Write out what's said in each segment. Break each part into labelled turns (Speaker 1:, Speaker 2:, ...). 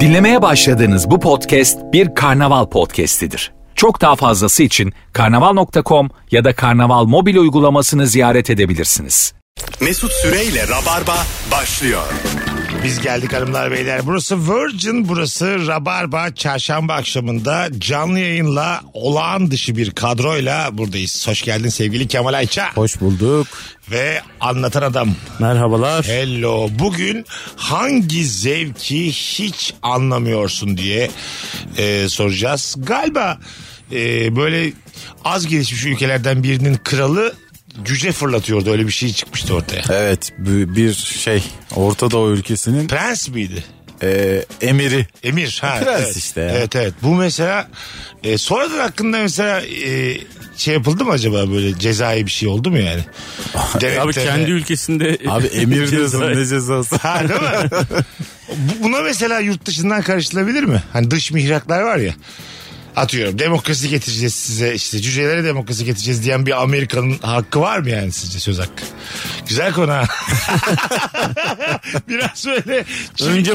Speaker 1: Dinlemeye başladığınız bu podcast bir karnaval podcastidir. Çok daha fazlası için karnaval.com ya da karnaval mobil uygulamasını ziyaret edebilirsiniz.
Speaker 2: Mesut Süreyle Rabarba başlıyor.
Speaker 3: Biz geldik hanımlar beyler. Burası Virgin, burası Rabarba. Çarşamba akşamında canlı yayınla olağan dışı bir kadroyla buradayız. Hoş geldin sevgili Kemal Ayça
Speaker 4: Hoş bulduk.
Speaker 3: ve Anlatan Adam.
Speaker 4: Merhabalar.
Speaker 3: Hello. Bugün hangi zevki hiç anlamıyorsun diye e, soracağız. Galiba e, böyle az gelişmiş ülkelerden birinin kralı cüce fırlatıyordu. Öyle bir şey çıkmıştı ortaya.
Speaker 4: Evet bu- bir şey Orta Doğu ülkesinin
Speaker 3: Prens miydi?
Speaker 4: e, emiri.
Speaker 3: Emir. Ha,
Speaker 4: Prens
Speaker 3: evet.
Speaker 4: işte ya.
Speaker 3: Evet evet. Bu mesela e, sonradan hakkında mesela e, şey yapıldı mı acaba böyle cezai bir şey oldu mu yani?
Speaker 5: Abi
Speaker 3: Devlette-
Speaker 5: kendi ülkesinde
Speaker 4: Abi emir diyorsun ne cezası.
Speaker 3: Ha değil mi? Bu- Buna mesela yurt dışından karışılabilir mi? Hani dış mihraklar var ya. Atıyorum demokrasi getireceğiz size işte cücelere demokrasi getireceğiz diyen bir Amerika'nın hakkı var mı yani sizce söz hakkı? Güzel konu ha. Biraz böyle çivi-
Speaker 5: önce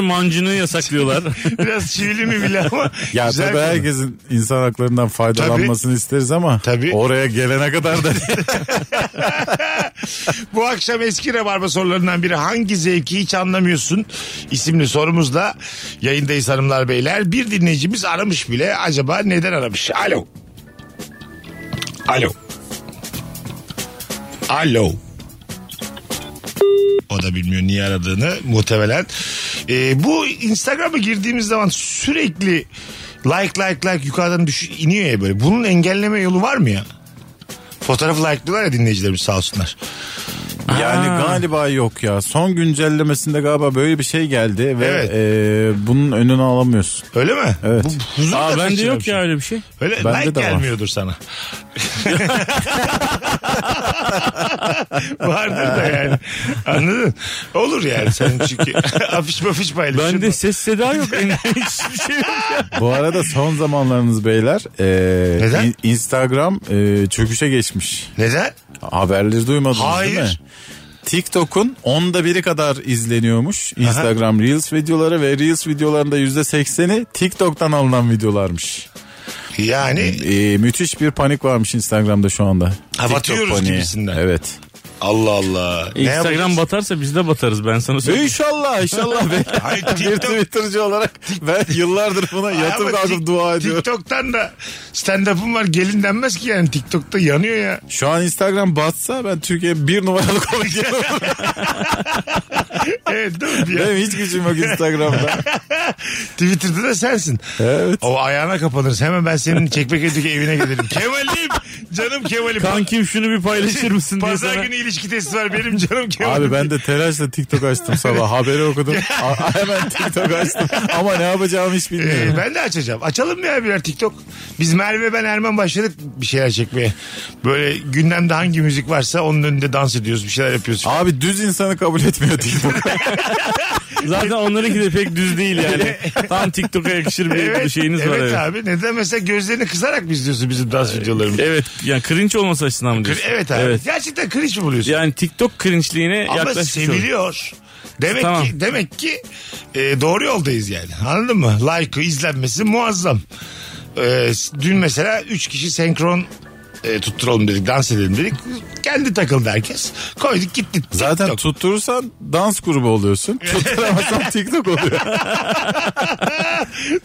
Speaker 5: mancını yasaklıyorlar.
Speaker 3: biraz çivili mi bile ama
Speaker 4: Ya
Speaker 3: güzel
Speaker 4: tabii
Speaker 3: konu.
Speaker 4: herkesin insan haklarından faydalanmasını isteriz ama
Speaker 3: Tabii.
Speaker 4: oraya gelene kadar da
Speaker 3: Bu akşam eski Rabarba sorularından biri hangi zevki hiç anlamıyorsun isimli sorumuzla yayındayız hanımlar beyler. Bir dinleyicimiz aramış bile acaba neden aramış? Alo. Alo. Alo. O da bilmiyor niye aradığını muhtemelen. Ee, bu Instagram'a girdiğimiz zaman sürekli like like like yukarıdan düş iniyor ya böyle. Bunun engelleme yolu var mı ya? Fotoğrafı like'lıyorlar ya dinleyicilerimiz sağ olsunlar.
Speaker 4: yani galiba yok ya. Son güncellemesinde galiba böyle bir şey geldi ve
Speaker 3: Evet.
Speaker 4: e, bunun önünü alamıyorsun.
Speaker 3: Öyle mi?
Speaker 4: Evet.
Speaker 3: Bu huzur da
Speaker 5: Aa bende
Speaker 3: kaçırıyor bir
Speaker 5: yok
Speaker 3: şey.
Speaker 5: ya öyle bir şey.
Speaker 3: Öyle
Speaker 4: Bende
Speaker 3: like
Speaker 4: de var.
Speaker 3: gelmiyordur sana. Vardır da yani. Anladın? Olur yani sen çünkü afiş mafiş paylaşıyorsun.
Speaker 5: Bende ses seda yok. Hiçbir şey yok ya.
Speaker 4: Bu arada son zamanlarınız beyler e,
Speaker 3: Neden?
Speaker 4: in- Instagram e, çöküşe geçmiş.
Speaker 3: Neden?
Speaker 4: Haberleri duymadınız
Speaker 3: Hayır.
Speaker 4: değil mi? TikTok'un onda biri kadar izleniyormuş Instagram Reels videoları ve Reels videolarında yüzde sekseni TikTok'tan alınan videolarmış.
Speaker 3: Yani
Speaker 4: Ee, müthiş bir panik varmış Instagram'da şu anda. TikTok
Speaker 3: batıyoruz
Speaker 4: paniği.
Speaker 3: gibisinden.
Speaker 4: Evet.
Speaker 3: Allah Allah. Ne
Speaker 5: Instagram
Speaker 3: yapacağız?
Speaker 5: batarsa biz de batarız ben sana söyleyeyim.
Speaker 4: İnşallah inşallah. Be.
Speaker 3: Hayır,
Speaker 4: bir
Speaker 3: TikTok-
Speaker 4: Twitter'cı olarak ben yıllardır buna
Speaker 3: Ay
Speaker 4: yatıp
Speaker 3: ama
Speaker 4: kalkıp
Speaker 3: Tik-
Speaker 4: dua ediyorum.
Speaker 3: TikTok'tan da stand-up'ım var gelin denmez ki yani TikTok'ta yanıyor ya.
Speaker 4: Şu an Instagram batsa ben Türkiye bir numaralı komik olurum.
Speaker 3: Evet değil mi? Bir-
Speaker 4: Benim hiç gücüm yok Instagram'da.
Speaker 3: Twitter'da da sensin.
Speaker 4: Evet.
Speaker 3: O ayağına kapanırız. Hemen ben senin Çekmeköy'deki evine gelirim. Kemal'im. Canım Kemal'im.
Speaker 5: Kankim şunu bir paylaşır mısın diye
Speaker 3: Pazar
Speaker 5: sana.
Speaker 3: günü ilişki testi var benim canım Kemal'im.
Speaker 4: Abi ben de telaşla TikTok açtım sabah. Haberi okudum. A- hemen TikTok açtım. Ama ne yapacağımı hiç bilmiyorum.
Speaker 3: Ee, ben de açacağım. Açalım mı ya birer TikTok? Biz Merve ben Erman başladık bir şeyler çekmeye. Böyle gündemde hangi müzik varsa onun önünde dans ediyoruz bir şeyler yapıyoruz.
Speaker 4: Abi düz insanı kabul etmiyor TikTok.
Speaker 5: Zaten onlarınki de pek düz değil yani. Tam TikTok'a yakışır bir, bir şeyiniz var.
Speaker 3: evet
Speaker 5: Evet. Ee,
Speaker 3: abi. Neden mesela gözlerini kızarak mı izliyorsun bizim dans videolarımızı?
Speaker 5: Evet yani cringe olması açısından mı diyorsun?
Speaker 3: Evet abi. Gerçekten cringe mi buluyorsun?
Speaker 5: Yani Tiktok cringe'liğine
Speaker 3: Ama
Speaker 5: yaklaşmış olduk.
Speaker 3: seviliyor. Demek
Speaker 5: Tamam.
Speaker 3: ki demek ki e, doğru yoldayız yani. Anladın mı? Like'ı izlenmesi muazzam. E, s- dün mesela 3 kişi senkron e, tutturalım dedik, dans edelim dedik. Kendi takıldı herkes. Koyduk gitti.
Speaker 4: Zaten
Speaker 3: TikTok.
Speaker 4: tutturursan dans grubu oluyorsun. Tutturamazsan TikTok oluyor.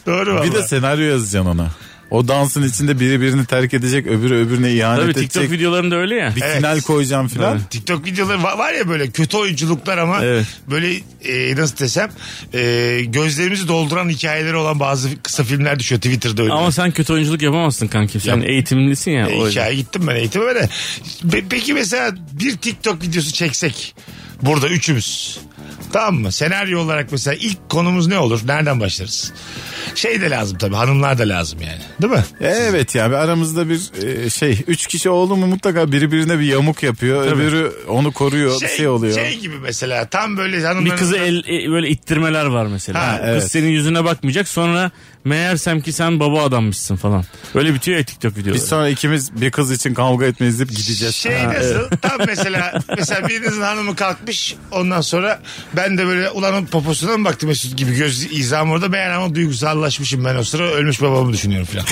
Speaker 3: doğru valla.
Speaker 4: Bir de senaryo yazacaksın ona. O dansın içinde biri birini terk edecek, öbürü öbürüne ihanet
Speaker 5: Tabii
Speaker 4: edecek.
Speaker 5: TikTok videolarında öyle ya.
Speaker 4: Bir
Speaker 3: Evet.
Speaker 4: final koyacaksın filan.
Speaker 3: TikTok videoları va- var ya böyle kötü oyunculuklar ama
Speaker 5: Evet.
Speaker 3: böyle e, nasıl desem e, gözlerimizi dolduran hikayeleri olan bazı kısa filmler düşüyor Twitter'da öyle.
Speaker 5: Ama sen kötü oyunculuk yapamazsın kankim. Sen eğitimlisin ya.
Speaker 3: E,
Speaker 5: o yüzden.
Speaker 3: hikaye gittim ben eğitime de. Pe- peki mesela bir TikTok videosu çeksek burada üçümüz. Tamam mı? Senaryo olarak mesela ilk konumuz ne olur? Nereden başlarız? Şey de lazım tabii hanımlar da lazım yani. Değil mi?
Speaker 4: Evet ya bir aramızda bir e, şey üç kişi oldu mu mutlaka biri birine bir yamuk yapıyor. Öbürü onu koruyor bir şey oluyor.
Speaker 3: şey gibi mesela tam böyle hanımların...
Speaker 5: Bir kızı el, e, böyle ittirmeler var mesela.
Speaker 3: Ha,
Speaker 5: Kız
Speaker 4: evet.
Speaker 5: senin yüzüne bakmayacak sonra meğersem ki sen baba adammışsın falan. Böyle bitiyor ya TikTok videoları.
Speaker 4: Biz sonra ikimiz bir kız için kavga etmeyiz deyip gideceğiz.
Speaker 3: Şey nasıl? Tam mesela mesela birinizin hanımı kalkmış ondan sonra ben de böyle ulanın poposuna mı baktım Mesut gibi göz izam orada ben ama duygusallaşmışım ben o sıra ölmüş babamı düşünüyorum falan.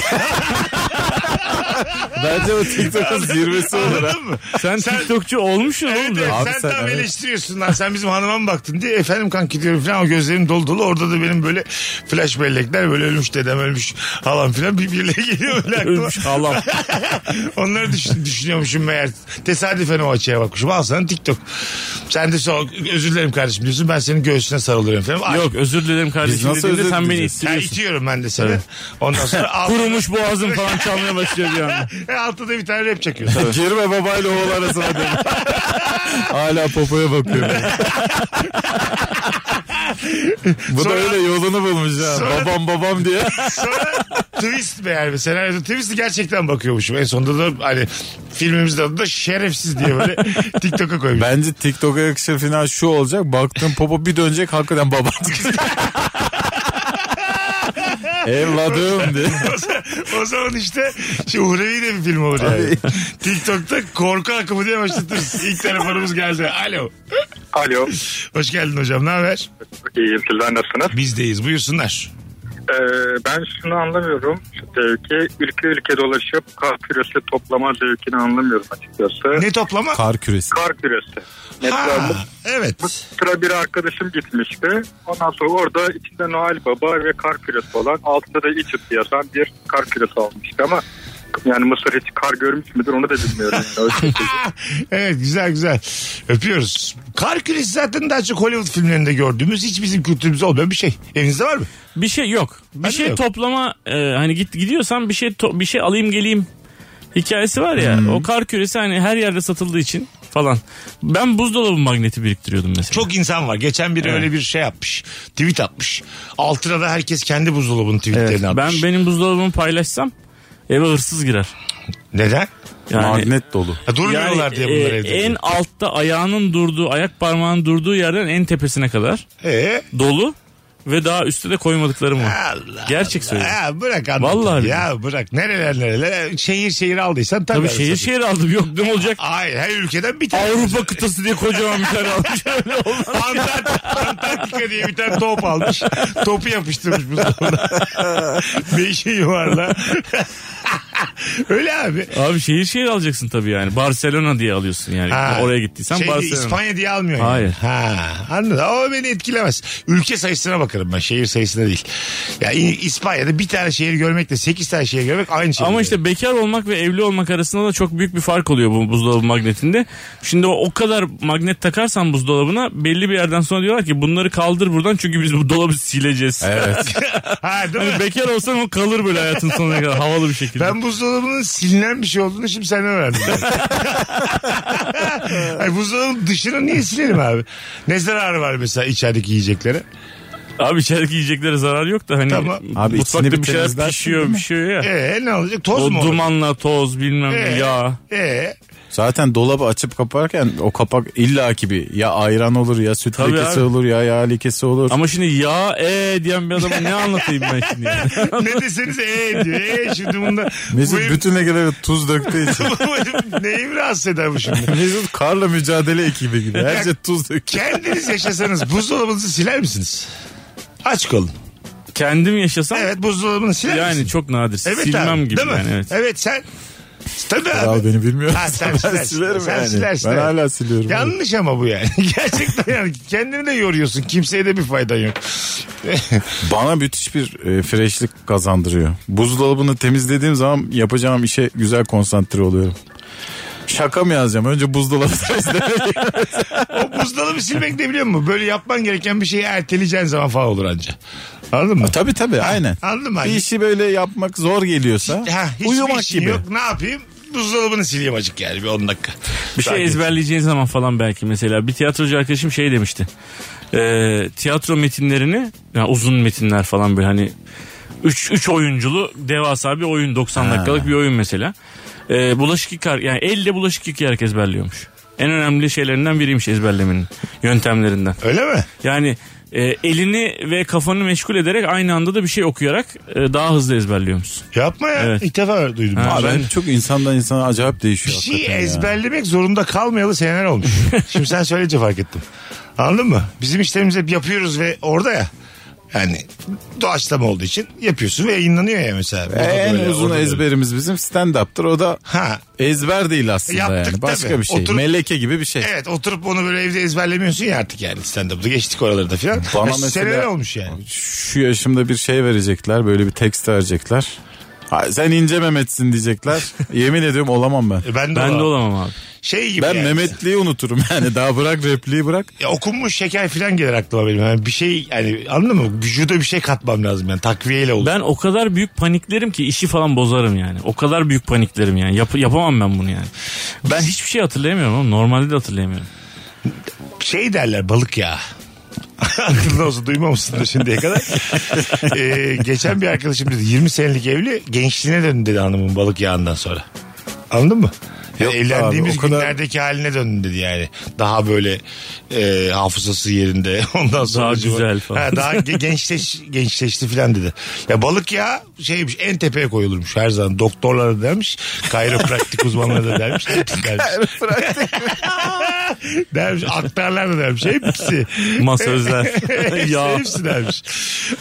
Speaker 4: Bence o TikTok'un zirvesi olur. ha.
Speaker 3: Anladın mı?
Speaker 5: Sen, TikTokçu olmuşsun
Speaker 3: Evet,
Speaker 5: oğlum
Speaker 3: evet,
Speaker 5: da.
Speaker 4: Abi
Speaker 3: sen,
Speaker 4: sen-
Speaker 3: tam
Speaker 4: evet.
Speaker 3: eleştiriyorsun lan sen bizim hanıma mı baktın diye efendim kanki diyorum falan o gözlerim dolu dolu orada da benim böyle flash bellekler böyle ölmüş dedem ölmüş halam falan birbirine geliyor böyle aklıma.
Speaker 5: Ölmüş halam.
Speaker 3: Onları düşün, düşünüyormuşum meğer. Tesadüfen o açıya bakmışım. Al sana TikTok. Sen de sonra özür dilerim kardeşim diyorsun. Ben senin göğsüne sarılıyorum falan. Ay,
Speaker 5: Yok özür dilerim kardeşim
Speaker 4: nasıl
Speaker 5: dediğinde
Speaker 4: özür
Speaker 5: sen beni
Speaker 4: dileyeceğiz?
Speaker 3: Ha,
Speaker 5: ittiriyorsun.
Speaker 3: itiyorum ben de seni. Ondan sonra alt-
Speaker 5: Kurumuş boğazım falan çalmaya başlıyor bir anda.
Speaker 3: altta da bir tane rap çakıyorsun.
Speaker 4: Girme babayla oğul arasına dedim. Hala popoya bakıyor. Bu da
Speaker 3: Sonra-
Speaker 4: öyle yolunu bulmuş ha.
Speaker 3: Sonra-
Speaker 4: Babam babam diye.
Speaker 3: sonra twist meğer mi? Senaryoda twist'i gerçekten bakıyormuşum. En sonunda da hani filmimizde adı da şerefsiz diye böyle TikTok'a koymuş.
Speaker 4: Bence TikTok'a yakışır final şu olacak. Baktım popo bir dönecek hakikaten babam. Evladım diye.
Speaker 3: O zaman- o zaman işte şu Uhrevi de bir film olur yani. TikTok'ta korku akımı diye başlatırız. İlk telefonumuz geldi. Alo.
Speaker 6: Alo.
Speaker 3: Hoş geldin hocam. Ne haber?
Speaker 6: İyiyim sizler nasılsınız?
Speaker 3: Bizdeyiz. Buyursunlar.
Speaker 6: Ee, ben şunu anlamıyorum. Şu zevki ülke ülke dolaşıp kar küresi toplama zevkini anlamıyorum açıkçası.
Speaker 3: Ne toplama?
Speaker 4: Kar küresi.
Speaker 6: Kar küresi. Mesela bu
Speaker 3: Ha, evet.
Speaker 6: sıra bir arkadaşım gitmişti. Ondan sonra orada içinde Noel Baba ve kar küresi olan altında da iç yazan bir kar küresi almıştı ama yani Mısır hiç kar görmüş müdür onu da bilmiyorum. Yani. Öyle bir şey.
Speaker 3: Evet güzel güzel. Öpüyoruz. Kar küresi zaten daha çok Hollywood filmlerinde gördüğümüz hiç bizim kültürümüzde olmayan bir şey. Evinizde var mı?
Speaker 5: Bir şey yok. Bir
Speaker 3: Bende
Speaker 5: şey
Speaker 3: yok.
Speaker 5: toplama e, hani git gidiyorsan bir şey to- bir şey alayım geleyim hikayesi var ya.
Speaker 3: Hmm.
Speaker 5: O kar küresi hani her yerde satıldığı için falan. Ben buzdolabı magneti biriktiriyordum mesela.
Speaker 3: Çok insan var. Geçen biri öyle bir şey yapmış. Tweet atmış. Altına da herkes kendi buzdolabının tweetlerini
Speaker 5: ben
Speaker 3: atmış.
Speaker 5: benim buzdolabımı paylaşsam eve hırsız girer.
Speaker 3: Neden?
Speaker 5: Yani
Speaker 4: Magnet dolu.
Speaker 3: Ha, durmuyorlar
Speaker 5: yani,
Speaker 3: diye bunlar
Speaker 5: e,
Speaker 3: evde.
Speaker 5: En altta ayağının durduğu, ayak parmağının durduğu yerden en tepesine kadar
Speaker 3: Ee?
Speaker 5: dolu ve daha üstte de koymadıklarım var.
Speaker 3: Allah
Speaker 5: Gerçek
Speaker 3: Allah.
Speaker 5: söylüyorum.
Speaker 3: Ya bırak anlatın.
Speaker 5: Vallahi
Speaker 3: ya bırak. Nereler nereler. Şehir şehir aldıysan tabii.
Speaker 5: Tabii şehir şehir aldım. Yok ne olacak?
Speaker 3: Hayır her ülkeden bir tane.
Speaker 5: Avrupa kıtası diye kocaman bir tane almış. Öyle olmaz.
Speaker 3: Antart- Antarktika diye bir tane top almış. Topu yapıştırmış buzdolabına. Beşi yuvarla. Öyle abi.
Speaker 5: Abi şehir şehir alacaksın tabii yani. Barcelona diye alıyorsun yani.
Speaker 3: Ha.
Speaker 5: Oraya gittiysen
Speaker 3: Şey diye,
Speaker 5: Barcelona.
Speaker 3: İspanya diye almıyor yani.
Speaker 5: Hayır.
Speaker 3: Ha, anladım. Ama beni etkilemez. Ülke sayısına bakarım ben. Şehir sayısına değil. Ya İ- İspanya'da bir tane şehir görmekle 8 tane şehir görmek aynı şey.
Speaker 5: Ama işte bekar olmak ve evli olmak arasında da çok büyük bir fark oluyor bu buzdolabı magnetinde. Şimdi o, o kadar magnet takarsan buzdolabına belli bir yerden sonra diyorlar ki bunları kaldır buradan çünkü biz bu dolabı sileceğiz.
Speaker 4: Evet.
Speaker 3: Ha, değil mi?
Speaker 5: Hani bekar olsan o kalır böyle hayatın sonuna kadar havalı bir şekilde.
Speaker 3: Ben buzdolabının silinen bir şey olduğunu şimdi senden öğrendim. Ay, buzdolabının dışını niye silelim abi? Ne zararı var mesela içerideki yiyeceklere?
Speaker 5: Abi içerideki yiyeceklere zarar yok da hani
Speaker 3: Tamam.
Speaker 4: Abi
Speaker 5: mutfakta
Speaker 4: içini bir
Speaker 5: bir şeyler
Speaker 4: temizlersin
Speaker 5: pişiyor
Speaker 4: değil mi?
Speaker 5: bir şey ya.
Speaker 3: Ee, ne olacak? Toz
Speaker 5: o
Speaker 3: mu? olur?
Speaker 5: dumanla toz bilmem ne
Speaker 3: Ee,
Speaker 5: yağ.
Speaker 3: Ee,
Speaker 4: Zaten dolabı açıp kaparken o kapak illaki bir ya ayran olur ya süt
Speaker 5: Tabii
Speaker 4: lekesi
Speaker 5: abi.
Speaker 4: olur ya yağ lekesi olur.
Speaker 5: Ama şimdi yağ e diyen bir adama ne anlatayım ben şimdi? yani?
Speaker 3: ne deseniz ee diyor. Ee şimdi bunda...
Speaker 4: Mesut
Speaker 3: bu herif-
Speaker 4: bütün legeleri tuz döktüğü için.
Speaker 3: bu herif Neyimi rahatsız eder bu şimdi?
Speaker 4: Mesut karla mücadele ekibi gibi. Her şey tuz döktü.
Speaker 3: Kendiniz yaşasanız buzdolabınızı siler misiniz? Aç kalın.
Speaker 5: Kendim yaşasam
Speaker 3: Evet buzdolabını siler
Speaker 5: yani
Speaker 3: misin?
Speaker 5: çok nadir.
Speaker 3: Evet
Speaker 5: Silmem
Speaker 3: abi,
Speaker 5: gibi
Speaker 3: değil mi?
Speaker 5: yani. Evet.
Speaker 3: sen... Tabii abi.
Speaker 4: Abi beni bilmiyor.
Speaker 3: Ha, sen
Speaker 4: Ben
Speaker 3: silersin.
Speaker 4: silerim
Speaker 3: Sen
Speaker 4: yani.
Speaker 3: silersin,
Speaker 4: Ben
Speaker 3: evet.
Speaker 4: hala siliyorum.
Speaker 3: Yanlış ama bu yani. Gerçekten yani kendini de yoruyorsun. Kimseye de bir faydan yok.
Speaker 4: Bana müthiş bir e, freshlik kazandırıyor. Buzdolabını temizlediğim zaman yapacağım işe güzel konsantre oluyorum. Şaka mı yazacağım? Önce buzdolabı temizlemek.
Speaker 3: o buzdolabı silmek ne biliyor musun? Böyle yapman gereken bir şeyi erteleyeceğin zaman falan olur anca. Anladın mı?
Speaker 4: tabii tabii aynen.
Speaker 3: Anladın mı?
Speaker 4: Bir işi böyle yapmak zor geliyorsa
Speaker 3: Ha, hiçbir
Speaker 4: uyumak
Speaker 3: işim
Speaker 4: gibi.
Speaker 3: Yok ne yapayım? Buzdolabını sileyim acık yani bir 10 dakika.
Speaker 5: Bir şey ezberleyeceğin zaman falan belki mesela bir tiyatrocu arkadaşım şey demişti. Ee, tiyatro metinlerini ya uzun metinler falan böyle hani 3 3 oyunculu devasa bir oyun 90 dakikalık bir oyun mesela. Ee, bulaşık yıkar yani elle bulaşık yıkar herkes ezberliyormuş. En önemli şeylerinden biriymiş ezberlemenin yöntemlerinden.
Speaker 3: Öyle mi?
Speaker 5: Yani e, elini ve kafanı meşgul ederek aynı anda da bir şey okuyarak e, daha hızlı ezberliyormuşsun.
Speaker 3: Yapma ya.
Speaker 5: Evet.
Speaker 3: İlk defa duydum.
Speaker 5: Ha,
Speaker 3: Abi,
Speaker 4: ben çok insandan insana acayip
Speaker 3: bir
Speaker 4: değişiyor.
Speaker 3: şey
Speaker 4: hakikaten ya.
Speaker 3: ezberlemek zorunda kalmayalı seneler olmuş. Şimdi sen söyleyince fark ettim. Anladın mı? Bizim işlerimizi hep yapıyoruz ve orada ya. Yani doğaçlama olduğu için yapıyorsun ve yayınlanıyor ya mesela. Burada
Speaker 4: E, En
Speaker 3: böyle,
Speaker 4: uzun
Speaker 3: orada böyle.
Speaker 4: ezberimiz bizim stand-up'tır. O da
Speaker 3: Ha.
Speaker 4: ezber değil aslında
Speaker 3: Yaptık
Speaker 4: yani. Başka
Speaker 3: tabii.
Speaker 4: bir şey.
Speaker 3: Oturup-
Speaker 4: Meleke gibi bir şey.
Speaker 3: Evet oturup onu böyle evde ezberlemiyorsun ya artık yani stand-up'ta geçtik oralarda filan.
Speaker 4: Bana
Speaker 3: Bana
Speaker 4: mesela-
Speaker 3: Seneler olmuş yani.
Speaker 4: Şu yaşımda bir şey verecekler. Böyle bir tekst verecekler. Ha, sen ince Mehmet'sin diyecekler. Yemin ediyorum olamam ben.
Speaker 3: E, Ben de,
Speaker 5: Ben de
Speaker 3: olamam.
Speaker 5: olamam abi.
Speaker 3: Şey gibi
Speaker 4: Ben
Speaker 3: yani.
Speaker 4: Mehmetliği unuturum yani. Daha bırak repliği bırak.
Speaker 3: Ya okunmuş şeker filan gelir aklıma benim. Yani bir şey yani anladın mı? Vücuda bir şey katmam lazım yani takviyeyle olur.
Speaker 5: Ben o kadar büyük paniklerim ki işi falan bozarım yani. O kadar büyük paniklerim yani. Yap- yapamam ben bunu yani. Ben hiçbir şey hatırlayamıyorum ama normalde de hatırlayamıyorum.
Speaker 3: şey derler balık ya. Aklında olsun duymamışsındır şimdiye kadar. Ee, geçen bir arkadaşım dedi 20 senelik evli gençliğine döndü dedi hanımın balık yağından sonra. Anladın mı? Yani
Speaker 4: Yok
Speaker 3: evlendiğimiz
Speaker 4: abi, o kadar-
Speaker 3: günlerdeki haline döndü dedi yani. Daha böyle e, hafızası yerinde. Ondan sonra
Speaker 5: güzel falan.
Speaker 3: Ha, daha ge- gençleş gençleşti falan dedi. Ya balık ya şeymiş en tepeye koyulurmuş her zaman. Doktorlara da dermiş. Kayropraktik uzmanlara da dermiş. dermiş. dermiş. Aktarlar da dermiş. Hepsi.
Speaker 5: Masözler.
Speaker 3: ya.
Speaker 5: ya.
Speaker 3: Hepsi dermiş.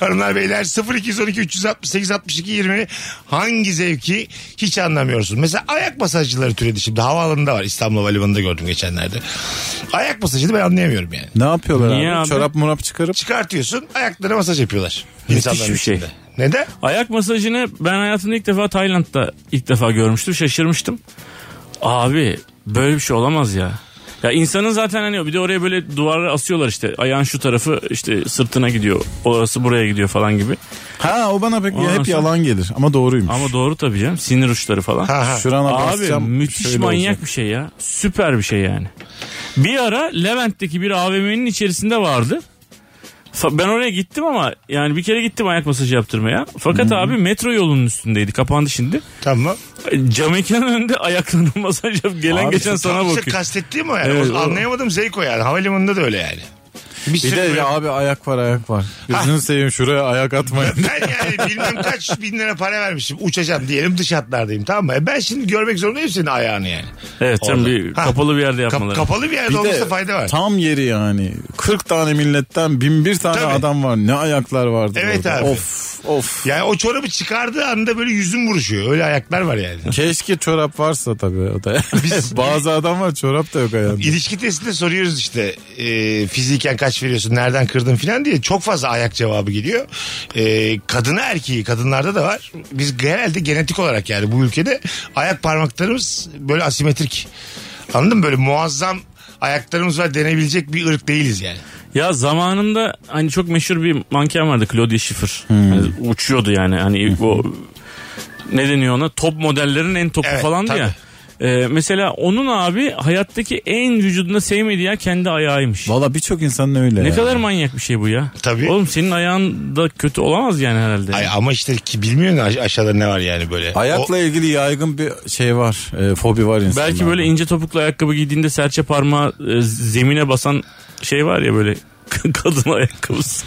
Speaker 3: Hanımlar beyler 0212 368 62 20 hangi zevki hiç anlamıyorsun. Mesela ayak masajcıları türedi şimdi. Havaalanında var. İstanbul Havalimanı'nda gördüm geçenlerde. Ayak masajını ben anlayamıyorum yani.
Speaker 4: Ne yapıyorlar
Speaker 5: Niye
Speaker 4: abi?
Speaker 5: abi?
Speaker 4: Çorap murap çıkarıp.
Speaker 3: Çıkartıyorsun ayaklara masaj yapıyorlar. İnsanların
Speaker 5: bir şey.
Speaker 3: içinde. Neden?
Speaker 5: Ayak masajını ben hayatımda ilk defa Tayland'da ilk defa görmüştüm. Şaşırmıştım. Abi böyle bir şey olamaz ya. Ya insanın zaten hani bir de oraya böyle duvara asıyorlar işte. Ayağın şu tarafı işte sırtına gidiyor. Orası buraya gidiyor falan gibi.
Speaker 4: Ha o bana pek
Speaker 5: Ondan
Speaker 4: hep
Speaker 5: sonra-
Speaker 4: yalan gelir ama doğruymuş.
Speaker 5: Ama doğru tabii canım. Sinir uçları falan.
Speaker 3: Ha ha.
Speaker 4: Şurana
Speaker 5: Abi
Speaker 4: basacağım,
Speaker 5: müthiş
Speaker 4: şöyle
Speaker 5: manyak
Speaker 4: olacak.
Speaker 5: bir şey ya. Süper bir şey yani. Bir ara Levent'teki bir AVM'nin içerisinde vardı. Fa- Ben oraya gittim ama yani bir kere gittim ayak masajı yaptırmaya. Fakat abi metro yolunun üstündeydi. Kapandı şimdi.
Speaker 3: Tamam.
Speaker 5: E, Cam mekanın önünde ayaklarına masaj yap. Gelen
Speaker 4: Abi,
Speaker 5: geçen sana
Speaker 3: İşte
Speaker 5: bakıyor.
Speaker 3: kastettiğim o yani.
Speaker 5: Evet,
Speaker 3: O-
Speaker 5: o-
Speaker 3: Anlayamadım zevk o yani. Havalimanında da öyle yani. Bir,
Speaker 4: Bir
Speaker 3: sürü
Speaker 4: de
Speaker 5: şey
Speaker 3: böyle-
Speaker 4: ya abi ayak var ayak var. Gözünü seveyim şuraya ayak atmayın.
Speaker 3: Ben yani bilmem kaç bin lira para vermişim. Uçacağım diyelim dış hatlardayım tamam mı? E Ben şimdi görmek zorundayım senin ayağını yani.
Speaker 5: Evet
Speaker 3: Orada.
Speaker 5: canım bir
Speaker 3: Ha.
Speaker 5: kapalı bir yerde
Speaker 3: Kap-
Speaker 5: yapmaları.
Speaker 3: kapalı bir yerde
Speaker 4: Bir
Speaker 3: olmasa
Speaker 4: de
Speaker 3: fayda var.
Speaker 4: tam yeri yani. 40 tane milletten bin bir tane
Speaker 3: Tabii.
Speaker 4: adam var. Ne ayaklar vardı
Speaker 3: Evet
Speaker 4: orada.
Speaker 3: abi.
Speaker 4: Of of.
Speaker 3: Yani o çorabı çıkardığı anda böyle yüzüm vuruşuyor. Öyle ayaklar var yani.
Speaker 4: Keşke çorap varsa tabii o da.
Speaker 3: Biz-
Speaker 4: Bazı adam var çorap da yok ayağında.
Speaker 3: İlişki testinde soruyoruz işte e, fiziken kaç veriyorsun nereden kırdın filan diye çok fazla ayak cevabı geliyor. E, kadına erkeği kadınlarda da var. Biz genelde genetik olarak yani bu ülkede ayak parmaklarımız böyle asimetrik. Anladın mı? Böyle muazzam ayaklarımız var denebilecek bir ırk değiliz yani.
Speaker 5: Ya zamanında hani çok meşhur bir manken vardı Claudia Schiffer.
Speaker 3: Hmm.
Speaker 5: Yani uçuyordu yani hani o ne deniyor ona top modellerin en topu
Speaker 3: Evet,
Speaker 5: falandı
Speaker 3: tabii.
Speaker 5: ya. Ee, mesela onun abi hayattaki en vücudunda sevmediği yer kendi ayağıymış.
Speaker 4: Valla birçok insanın öyle.
Speaker 5: ne
Speaker 4: ya.
Speaker 5: kadar manyak bir şey bu ya.
Speaker 3: Tabii.
Speaker 5: Oğlum senin ayağın da kötü olamaz yani herhalde.
Speaker 3: Ay, ama işte ki bilmiyorsun aş- aşağıda ne var yani böyle.
Speaker 4: Ayakla
Speaker 3: O-
Speaker 4: ilgili yaygın bir şey var. e, fobi var insanlarda.
Speaker 5: Belki böyle ince topuklu ayakkabı giydiğinde serçe parmağı e, zemine basan şey var ya böyle kadın ayakkabısı.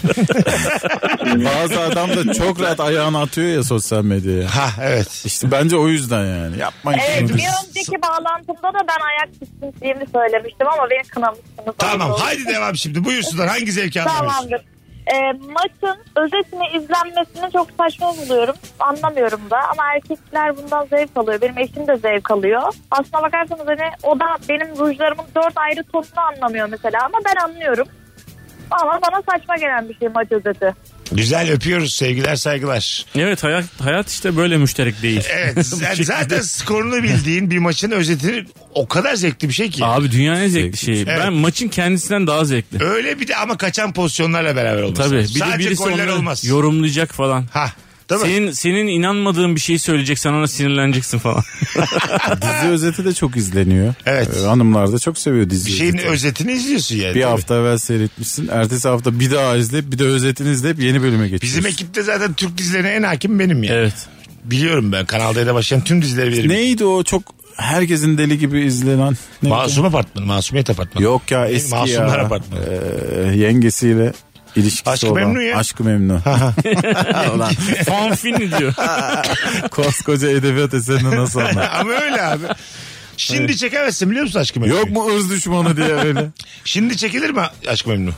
Speaker 4: Bazı adam da çok rahat ayağını atıyor ya sosyal medyaya.
Speaker 3: ha evet.
Speaker 4: İşte bence o yüzden yani. Yapmayın.
Speaker 7: Evet
Speaker 4: şimdi.
Speaker 7: bir önceki bağlantımda da ben ayak tiksintiğimi söylemiştim ama beni kınamışsınız.
Speaker 3: Tamam
Speaker 7: Oldu.
Speaker 3: haydi devam şimdi buyursunlar hangi zevki anlamıyorsun?
Speaker 7: Tamamdır. Ee, maçın özetini izlenmesini çok saçma buluyorum. Anlamıyorum da ama erkekler bundan zevk alıyor. Benim eşim de zevk alıyor. Aslına bakarsanız hani o da benim rujlarımın dört ayrı tonunu anlamıyor mesela ama ben anlıyorum. Ama bana saçma gelen bir şey maç özeti.
Speaker 3: Güzel öpüyoruz sevgiler saygılar.
Speaker 5: evet hayat, hayat işte böyle müşterek değil.
Speaker 3: Evet.
Speaker 5: Bu
Speaker 3: Yani
Speaker 5: şekilde.
Speaker 3: zaten skorunu bildiğin bir maçın özetini o kadar zevkli bir şey ki.
Speaker 5: Abi dünya ne zevkli şey.
Speaker 3: Evet.
Speaker 5: Ben maçın kendisinden daha zevkli.
Speaker 3: Öyle bir de ama kaçan pozisyonlarla beraber olması.
Speaker 5: Tabii.
Speaker 3: lazım.
Speaker 5: Bir de
Speaker 3: Sadece
Speaker 5: birisi
Speaker 3: goller
Speaker 5: onları
Speaker 3: olmaz.
Speaker 5: yorumlayacak falan.
Speaker 3: ha. Değil mi?
Speaker 5: Senin senin inanmadığın bir şeyi söyleyeceksen ona sinirleneceksin falan.
Speaker 4: Dizi özeti de çok izleniyor.
Speaker 3: Evet.
Speaker 4: Ee, hanımlar da çok seviyor dizi
Speaker 3: Bir şeyin
Speaker 4: özeti.
Speaker 3: özetini izliyorsun yani.
Speaker 4: Bir
Speaker 3: Tabii.
Speaker 4: hafta evvel seyretmişsin. Ertesi hafta bir daha izleyip bir de özetini izleyip yeni bölüme geçiyorsun.
Speaker 3: Bizim ekipte zaten Türk dizilerine en hakim benim yani.
Speaker 5: evet.
Speaker 3: Biliyorum ben. Kanal D'de başlayan tüm dizileri bilirim.
Speaker 4: Neydi o çok herkesin deli gibi izlenen? Neydi?
Speaker 3: Masum Apartmanı, Masumiyet Apartmanı.
Speaker 4: Yok ya eski
Speaker 3: Masumlar
Speaker 4: ya.
Speaker 3: Apartmanı.
Speaker 4: Ee, yengesiyle ilişkisi
Speaker 3: Aşkı
Speaker 4: olan.
Speaker 3: Memnu ya.
Speaker 4: Aşkı memnun. Ulan
Speaker 5: Fanfin diyor.
Speaker 4: koskoca edebiyat eserini nasıl anlar?
Speaker 3: Ama öyle abi. Şimdi çekemezsin biliyor musun Aşkı Memnu?
Speaker 4: Yok mu ırz düşmanı diye öyle.
Speaker 3: Şimdi çekilir mi Aşkı Memnu?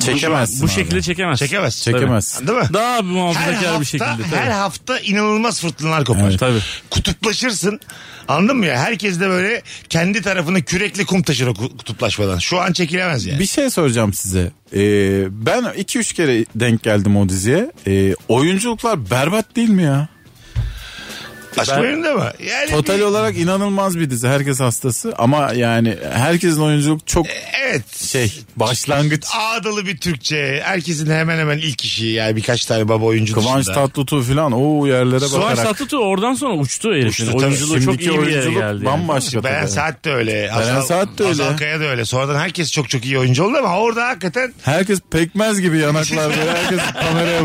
Speaker 4: Çekemezsin
Speaker 5: Bu
Speaker 4: abi.
Speaker 5: şekilde çekemez.
Speaker 3: Çekemez.
Speaker 4: Çekemezsin.
Speaker 3: Değil mi?
Speaker 5: Daha bir
Speaker 3: Her
Speaker 5: muhafazakar
Speaker 3: hafta,
Speaker 5: bir şekilde. tabii.
Speaker 3: her hafta inanılmaz fırtınalar kopar.
Speaker 5: Evet, tabii.
Speaker 3: Kutuplaşırsın. Anladın mı ya? Herkes de böyle kendi tarafını kürekli kum taşır o ku- kutuplaşmadan. Şu an çekilemez yani.
Speaker 4: Bir şey soracağım size. Ee, ben 2-3 kere denk geldim o diziye. Ee, oyunculuklar berbat değil mi ya?
Speaker 3: Aşkı
Speaker 5: Ben-
Speaker 3: Memnu'da mı? Yani
Speaker 4: Total olarak inanılmaz bir dizi. Herkes hastası ama yani herkesin oyunculuk çok
Speaker 3: E, Evet.
Speaker 4: şey başlangıç.
Speaker 3: Ağdalı bir Türkçe. Herkesin hemen hemen ilk işi. Yani birkaç tane baba oyuncu
Speaker 4: Kıvanç
Speaker 3: dışında.
Speaker 4: Tatlıtuğ falan o yerlere
Speaker 5: Suar
Speaker 4: bakarak.
Speaker 5: Tatlıtuğ oradan sonra uçtu herifin.
Speaker 3: Uçtu tabii.
Speaker 5: Oyunculuğu çok iyi bir yere geldi. yani.
Speaker 4: bambaşka.
Speaker 3: Beren
Speaker 4: tabii.
Speaker 3: Saat de öyle. Beren
Speaker 4: Saat de öyle.
Speaker 3: Kaya da öyle. Sonradan herkes çok çok iyi oyuncu oldu ama orada hakikaten
Speaker 4: Herkes pekmez gibi yanaklar böyle. Herkes kameraya